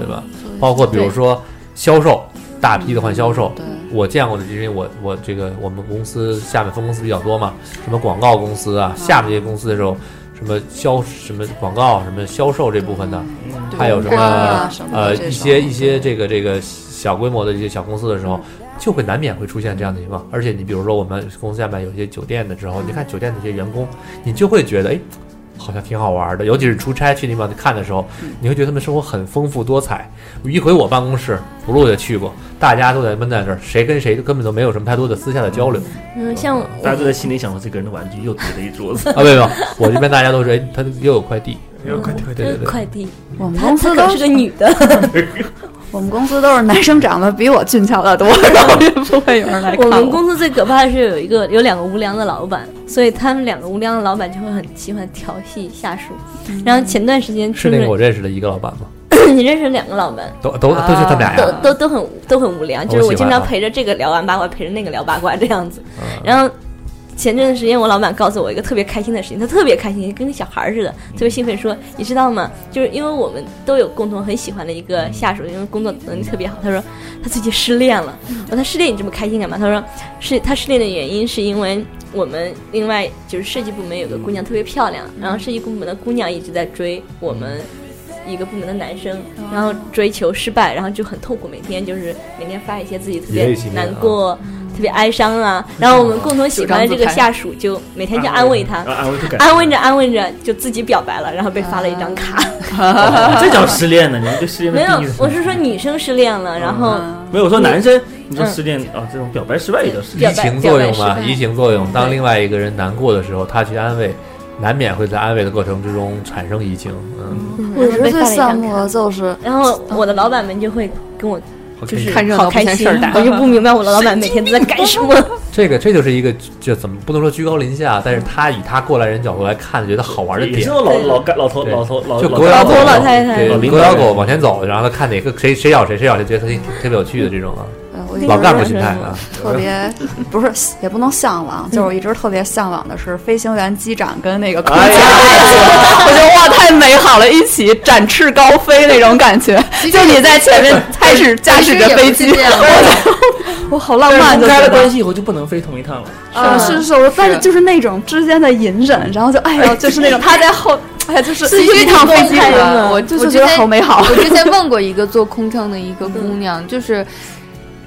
Speaker 3: 对吧？包括比如说销售，大批的换销售，
Speaker 6: 对
Speaker 3: 我见过的，因为我我这个我们公司下面分公司比较多嘛，什么广告公司啊，下面这些公司的时候，什么销什么广告什么销售这部分呢，
Speaker 6: 对
Speaker 3: 嗯还有什
Speaker 6: 公关啊
Speaker 3: 么
Speaker 6: 什么的
Speaker 3: 呃
Speaker 6: 这
Speaker 3: 一
Speaker 6: 种
Speaker 3: 些一些这个这个小规模的一些小公司的时
Speaker 6: 嗯
Speaker 3: 候，就会难免会出现这样的情况。而且你比如说我们公司下面有一些酒店的时候，你
Speaker 6: 嗯
Speaker 3: 看酒店的这些员工，你就会觉得哎。好像挺好玩的，尤其是出差去地方看的时候，
Speaker 6: 嗯
Speaker 3: 你会觉得他们生活很丰富多彩。一回我办公室，不露也去过，大家都在闷在这儿，谁跟谁都根本都没有什么太多的私下的交流
Speaker 2: 嗯，像
Speaker 5: 大家都在心里想着这个人的玩具又叠了一桌
Speaker 2: (laughs)
Speaker 5: 子，
Speaker 3: 啊！没有，没有，我这边大家都是，哎，他又有快递，
Speaker 5: 又快
Speaker 3: 对对对，
Speaker 2: 快递，
Speaker 6: 我们
Speaker 2: 她
Speaker 6: 公
Speaker 2: 她
Speaker 6: 司
Speaker 2: 可
Speaker 6: 都
Speaker 2: 是个女的，
Speaker 6: 我们公司都是男生长得比我俊
Speaker 3: (laughs)
Speaker 6: 俏的多，然后也不会有人来看
Speaker 2: 我们公司最可怕的是有一 (laughs) 个有两个无良的老板，所以他们两个无良的老板就会很喜欢调戏下属。然后前段时间
Speaker 3: 嗯是
Speaker 2: 听
Speaker 3: 那个
Speaker 2: 说
Speaker 3: 我认识的一个老板吗？
Speaker 2: 你认识两个老板，
Speaker 3: 都都都是他们俩
Speaker 2: 都
Speaker 3: 哎
Speaker 6: 啊
Speaker 3: 呀，
Speaker 2: 都都很都很无聊，就是
Speaker 3: 我
Speaker 2: 我
Speaker 3: 喜
Speaker 2: 经
Speaker 3: 欢
Speaker 2: 常
Speaker 3: 啊
Speaker 2: 陪着这个聊完八卦，陪着那个聊八卦这样子。
Speaker 3: 嗯
Speaker 2: 然后前阵子时间，我老板告诉我一个特别开心的事情，他特别开心，跟个小孩儿似的，特别兴奋说：“你知道吗？就是因为我们都有共同很喜欢的一个下属，因为工作能力特别好。”他说他最近失恋了。
Speaker 3: 嗯
Speaker 2: 我说他失恋你这么开心干嘛？他说是他失恋的原因是因为我们另外就是设计部门有个姑娘特别漂亮，
Speaker 3: 嗯
Speaker 2: 然后设计部门的姑娘一直在追我们。
Speaker 3: 嗯
Speaker 2: 一个部门的男生，
Speaker 3: 哦
Speaker 2: 然后追求失败，然后就很痛苦，每天就是每天发一些自己特
Speaker 3: 一
Speaker 2: 别
Speaker 3: 夜情
Speaker 2: 难
Speaker 3: 啊
Speaker 2: 过、特别哀伤啊。然后我们共同喜欢的这个下属，就每天就安慰他，
Speaker 5: 啊安慰就感觉
Speaker 2: 安慰着安慰着就自己表白了，然后被发了一张卡。
Speaker 5: 啊这叫失恋呢？你们对失恋
Speaker 2: (laughs)
Speaker 5: 的
Speaker 2: 没有
Speaker 5: 定义，什么
Speaker 2: 我是说女生失恋了，然后
Speaker 6: 嗯
Speaker 5: 没有我说男生，你说失恋啊，这种表白失败也叫失恋。
Speaker 3: 移
Speaker 2: 表白
Speaker 3: 情作
Speaker 2: 表
Speaker 3: 用
Speaker 2: 白
Speaker 3: 嘛，
Speaker 2: 失败
Speaker 3: 移情作用。当另外一个人难过的时候，他去安慰，难免会在安慰的过程之中产生移情。嗯，
Speaker 6: 我觉得最羡慕的就是
Speaker 2: 然后我的老板们就会跟我就是
Speaker 4: 看热闹
Speaker 2: 好开
Speaker 4: 不嫌
Speaker 2: 心
Speaker 4: 事儿大，
Speaker 2: 我就不明白我的老板每天都在干什么。
Speaker 3: 这个这就是一个就怎么不能说居高临下，但是他以他过来人角度来看，觉得好玩的
Speaker 5: 也
Speaker 3: 点
Speaker 5: 是。老老干老头
Speaker 3: 对
Speaker 5: 老头老
Speaker 3: 就
Speaker 5: 老
Speaker 3: 狗咬
Speaker 5: 大
Speaker 3: 狗，
Speaker 2: 老头老太太
Speaker 5: 老领
Speaker 3: 对，
Speaker 5: 导
Speaker 3: 狗咬狗往前走，然后他看哪个谁谁咬谁，谁咬谁，觉得挺特别有趣的这种啊，
Speaker 6: 呃我一直
Speaker 3: 老干部心态啊，(laughs)
Speaker 6: 特别不是也不能向往，就是我一直特别向往的是飞行员机长跟那个空
Speaker 3: 哎
Speaker 6: 姐的爱情， (laughs) 我觉得哇太美好了，一起展翅高飞那种感觉，就你在前面开始驾驶着飞
Speaker 4: 其
Speaker 6: 机
Speaker 4: 实
Speaker 6: (laughs)
Speaker 4: 也不是这样，
Speaker 6: 我好浪
Speaker 5: 但
Speaker 6: 漫，
Speaker 5: 是
Speaker 6: 就
Speaker 5: 公开
Speaker 6: 觉
Speaker 5: 了
Speaker 6: 得
Speaker 5: 关系以后就不能飞同一趟了。
Speaker 6: 啊 (laughs) 是是，我但是就是那种之间的隐忍，然后就哎呀，就是 (laughs) 那种他在后，哎呀，就是
Speaker 4: 是
Speaker 6: 一趟飞机
Speaker 4: 公开
Speaker 6: 上，
Speaker 4: 的
Speaker 6: 我就是
Speaker 4: 我之
Speaker 6: 觉得哦
Speaker 4: 前
Speaker 6: 好美 (laughs)
Speaker 2: 哦
Speaker 6: 好。
Speaker 4: 我之前问过一个做空乘的一
Speaker 2: 嗯
Speaker 4: 个姑娘，就是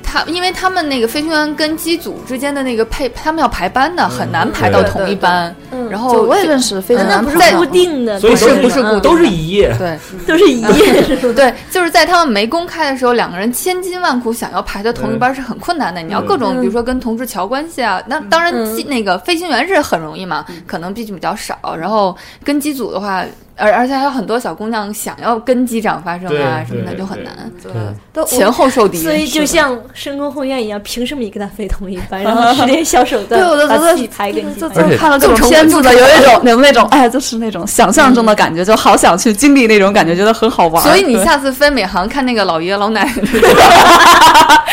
Speaker 4: 她，因为他们那个飞行员跟机组之间的那个配，他们要排班的，很难排到
Speaker 3: 嗯对
Speaker 4: 同一班。
Speaker 2: 嗯
Speaker 4: 然
Speaker 6: 就嗯
Speaker 4: 后
Speaker 6: 哦我也认识飞行
Speaker 2: 那
Speaker 6: 员
Speaker 2: 啊不
Speaker 6: 朋
Speaker 2: 是
Speaker 6: 友，
Speaker 2: 固定的，
Speaker 5: 所以
Speaker 2: 都
Speaker 5: 是不是
Speaker 2: 嗯
Speaker 4: 固定
Speaker 5: 都是一夜，
Speaker 4: 对
Speaker 2: 都是一
Speaker 4: (laughs)
Speaker 2: 夜，
Speaker 4: 对，就是在他们没公开的时候，两个人千辛万苦想要排到同一班是很困难的。你要各种，
Speaker 2: 嗯
Speaker 4: 比如说跟同事桥关系啊，那当然
Speaker 2: 嗯
Speaker 4: 机那个飞行员是很容易嘛，
Speaker 3: 嗯
Speaker 4: 可能毕竟比较少。然后跟机组的话，而而且还有很多小姑娘想要跟机长发生啊
Speaker 5: 对
Speaker 4: 什么的，
Speaker 5: 对
Speaker 4: 就很
Speaker 5: 对
Speaker 4: 难，
Speaker 3: 嗯
Speaker 6: 都
Speaker 4: 前后受敌。
Speaker 2: 所以就像深宫后院一样，凭什么你跟他飞同一班，然
Speaker 6: (laughs)
Speaker 2: 后十点小手段
Speaker 6: 对，我就觉
Speaker 2: 把
Speaker 6: 得
Speaker 2: 自己排给你
Speaker 6: 就
Speaker 3: 而且
Speaker 6: 就看了各种片子的，有一种有那种哎，就是那种想象中的感觉，就好想去经历那种感觉，觉得很好玩。
Speaker 4: 所以你下次飞美航看那个老爷老奶奶，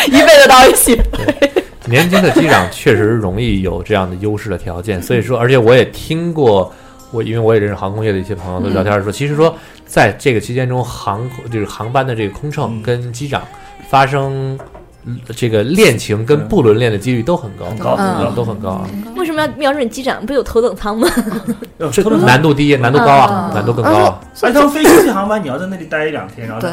Speaker 6: 一辈子到一起，
Speaker 3: 年轻的机长确实容易有这样的优势的条件， (laughs) 所以说，而且我也听过，我因为我也认识航空业的一些朋友都
Speaker 5: 嗯
Speaker 3: 聊天说，其实说在这个期间中，航就是航班的这个空乘
Speaker 5: 嗯
Speaker 3: 跟机长发生嗯这个恋情跟不伦恋的几率都很高，
Speaker 5: 很高
Speaker 4: 嗯
Speaker 5: 很高。
Speaker 3: 都很高啊，
Speaker 2: 为什么要瞄准机长？不有头等舱吗？
Speaker 3: 这
Speaker 5: 他们
Speaker 3: 难度低，难度高啊
Speaker 4: 嗯，
Speaker 3: 难度更高啊。
Speaker 5: 哎，他们飞国际航班，你要在那里待一两天，然后
Speaker 6: 对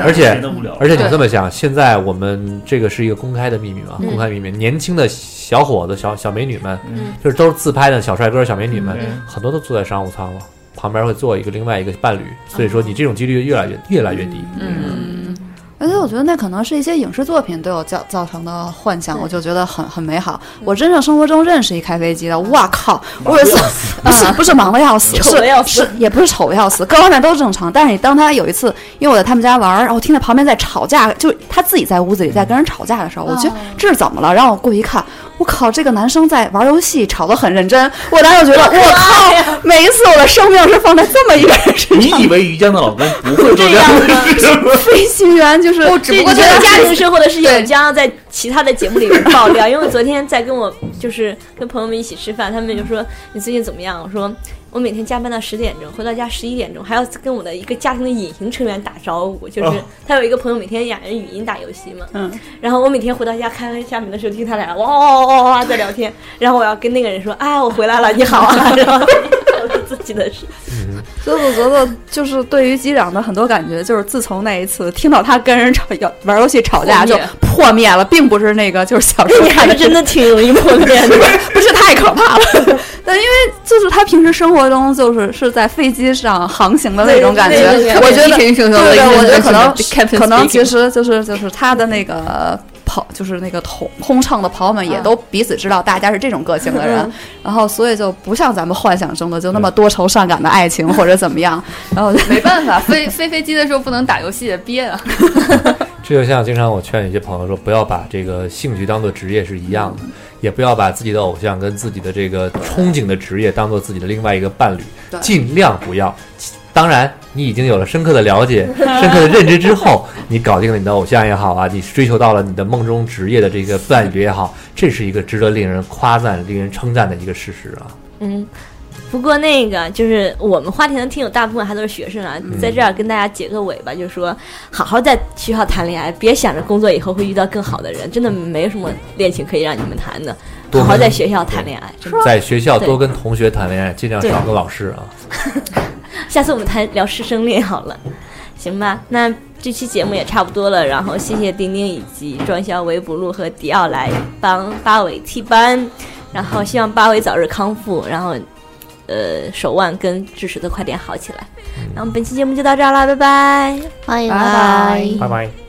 Speaker 3: 而且
Speaker 5: 都无聊。
Speaker 3: 而且你
Speaker 4: 对
Speaker 3: 这么想，现在我们这个是一个公开的秘密嘛，
Speaker 2: 嗯
Speaker 3: 公开秘密，年轻的小伙子、小小美女们，
Speaker 5: 嗯
Speaker 3: 就是都是自拍的小帅哥、小美女们，
Speaker 5: 嗯
Speaker 3: 很多都坐在商务舱了，旁边会坐一个另外一个伴侣，所以说你这种几率越来越越来越低。
Speaker 4: 嗯，
Speaker 6: 而且我我觉得那可能是一些影视作品对我造造成的幻想，
Speaker 2: 对嗯
Speaker 6: 我就觉得很很美好。我真正生活中认识一开飞机的，哇靠！我有一次不是不是忙的要
Speaker 2: (laughs)
Speaker 6: 死，
Speaker 2: 丑得
Speaker 6: 是
Speaker 2: 要死
Speaker 6: 是也不是丑的要死，各方面都正常。但是你当他有一次，因为我在他们家玩儿，然后我听到旁边在吵架，就他自己在屋子里在跟人吵架的时
Speaker 2: 哦
Speaker 6: 候，我觉得这是怎么了？然后我过去一看，我靠，这个男生在玩游戏，吵得很认真。我当时就觉
Speaker 2: (laughs) 哎
Speaker 6: 得，我靠，每一次我的生命是放在这么一个人
Speaker 5: (laughs)
Speaker 6: 身
Speaker 5: 你以为于江的老公不会做这样的事吗？
Speaker 6: 飞行员就是
Speaker 4: 我只
Speaker 2: 这
Speaker 4: 不过
Speaker 2: 你
Speaker 4: 觉
Speaker 2: 觉
Speaker 4: 得
Speaker 2: 得家庭生活的事情，
Speaker 4: 对
Speaker 2: 我将要在其他的节目里面爆料。因为我昨天在跟我就是跟朋友们一起吃饭，他们就说你最近怎么样？我说我每天加班到十点钟，回到家十一点钟，还要跟我的一个家庭的隐形成员打招呼。就是
Speaker 5: 哦
Speaker 2: 他有一个朋友每天俩人语音打游戏嘛，
Speaker 6: 嗯，
Speaker 2: 然后我每天回到家开开家门的时候，听他俩哇哇哇哇哇在聊天，然后我要跟那个人说哎我回来了，你好啊， (laughs) 然后我自己的事。
Speaker 6: 所以我觉得，就是对于机长的很多感觉，就是自从那一次听到他跟人吵要玩游戏吵架，
Speaker 2: 破
Speaker 6: 就
Speaker 2: 灭
Speaker 6: 破灭了，并不是那个就是小时候
Speaker 2: 你
Speaker 6: 看
Speaker 2: 还
Speaker 6: 的
Speaker 2: 真的挺容易破灭的。
Speaker 6: 不是太可怕了。但因为就是他平时生活中就是是在飞机上航行的那种感觉，
Speaker 2: 对对对
Speaker 6: 我觉得
Speaker 4: 对对
Speaker 6: 对对，我觉得可能
Speaker 4: Captain
Speaker 6: 可能
Speaker 4: speaking
Speaker 6: 其实就是就是他的那个跑，就是那个同通畅的跑友们也都彼此知道大家是这种个性的人，然后所以就不像咱们幻想中的就那么多愁善感的爱情或者怎么样，然后就
Speaker 4: 没办法，飞飞飞机的时候不能打游戏，憋啊。
Speaker 3: 这就像经常我劝一些朋友说，不要把这个兴趣当做职业是一样的，也不要把自己的偶像跟自己的这个憧憬的职业当做自己的另外一个伴侣
Speaker 6: 对，
Speaker 3: 尽量不要。当然，你已经有了深刻的了解、深刻的认知之后，你搞定了你的偶像也好啊，你追求到了你的梦中职业的这个伴侣也好，这是一个值得令人夸赞、令人称赞的一个事实啊。
Speaker 2: 嗯，不过那个就是我们花田的听友大部分还都是学生啊，在这儿跟大家结个尾吧，就是说好好在学校谈恋爱，别想着工作以后会遇到更好的人，真的没什么恋情可以让你们谈的，
Speaker 3: 多
Speaker 2: 好好
Speaker 3: 跟
Speaker 2: 在学校谈恋爱。真的
Speaker 3: 在学校
Speaker 2: 对
Speaker 3: 多跟同学谈恋爱，尽量
Speaker 2: 对
Speaker 3: 少跟老师啊。
Speaker 2: (laughs) 下次我们谈聊师生恋好了，行吧？那这期节目也差不多了，然后谢谢丁丁以及庄潇、维补路和迪奥来帮八尾替班，然后希望八尾早日康复，然后呃手腕跟智齿都快点好起来。那我们本期节目就到这儿啦，拜拜。
Speaker 7: 欢迎
Speaker 6: 拜拜
Speaker 7: 来。
Speaker 3: (laughs) 拜拜。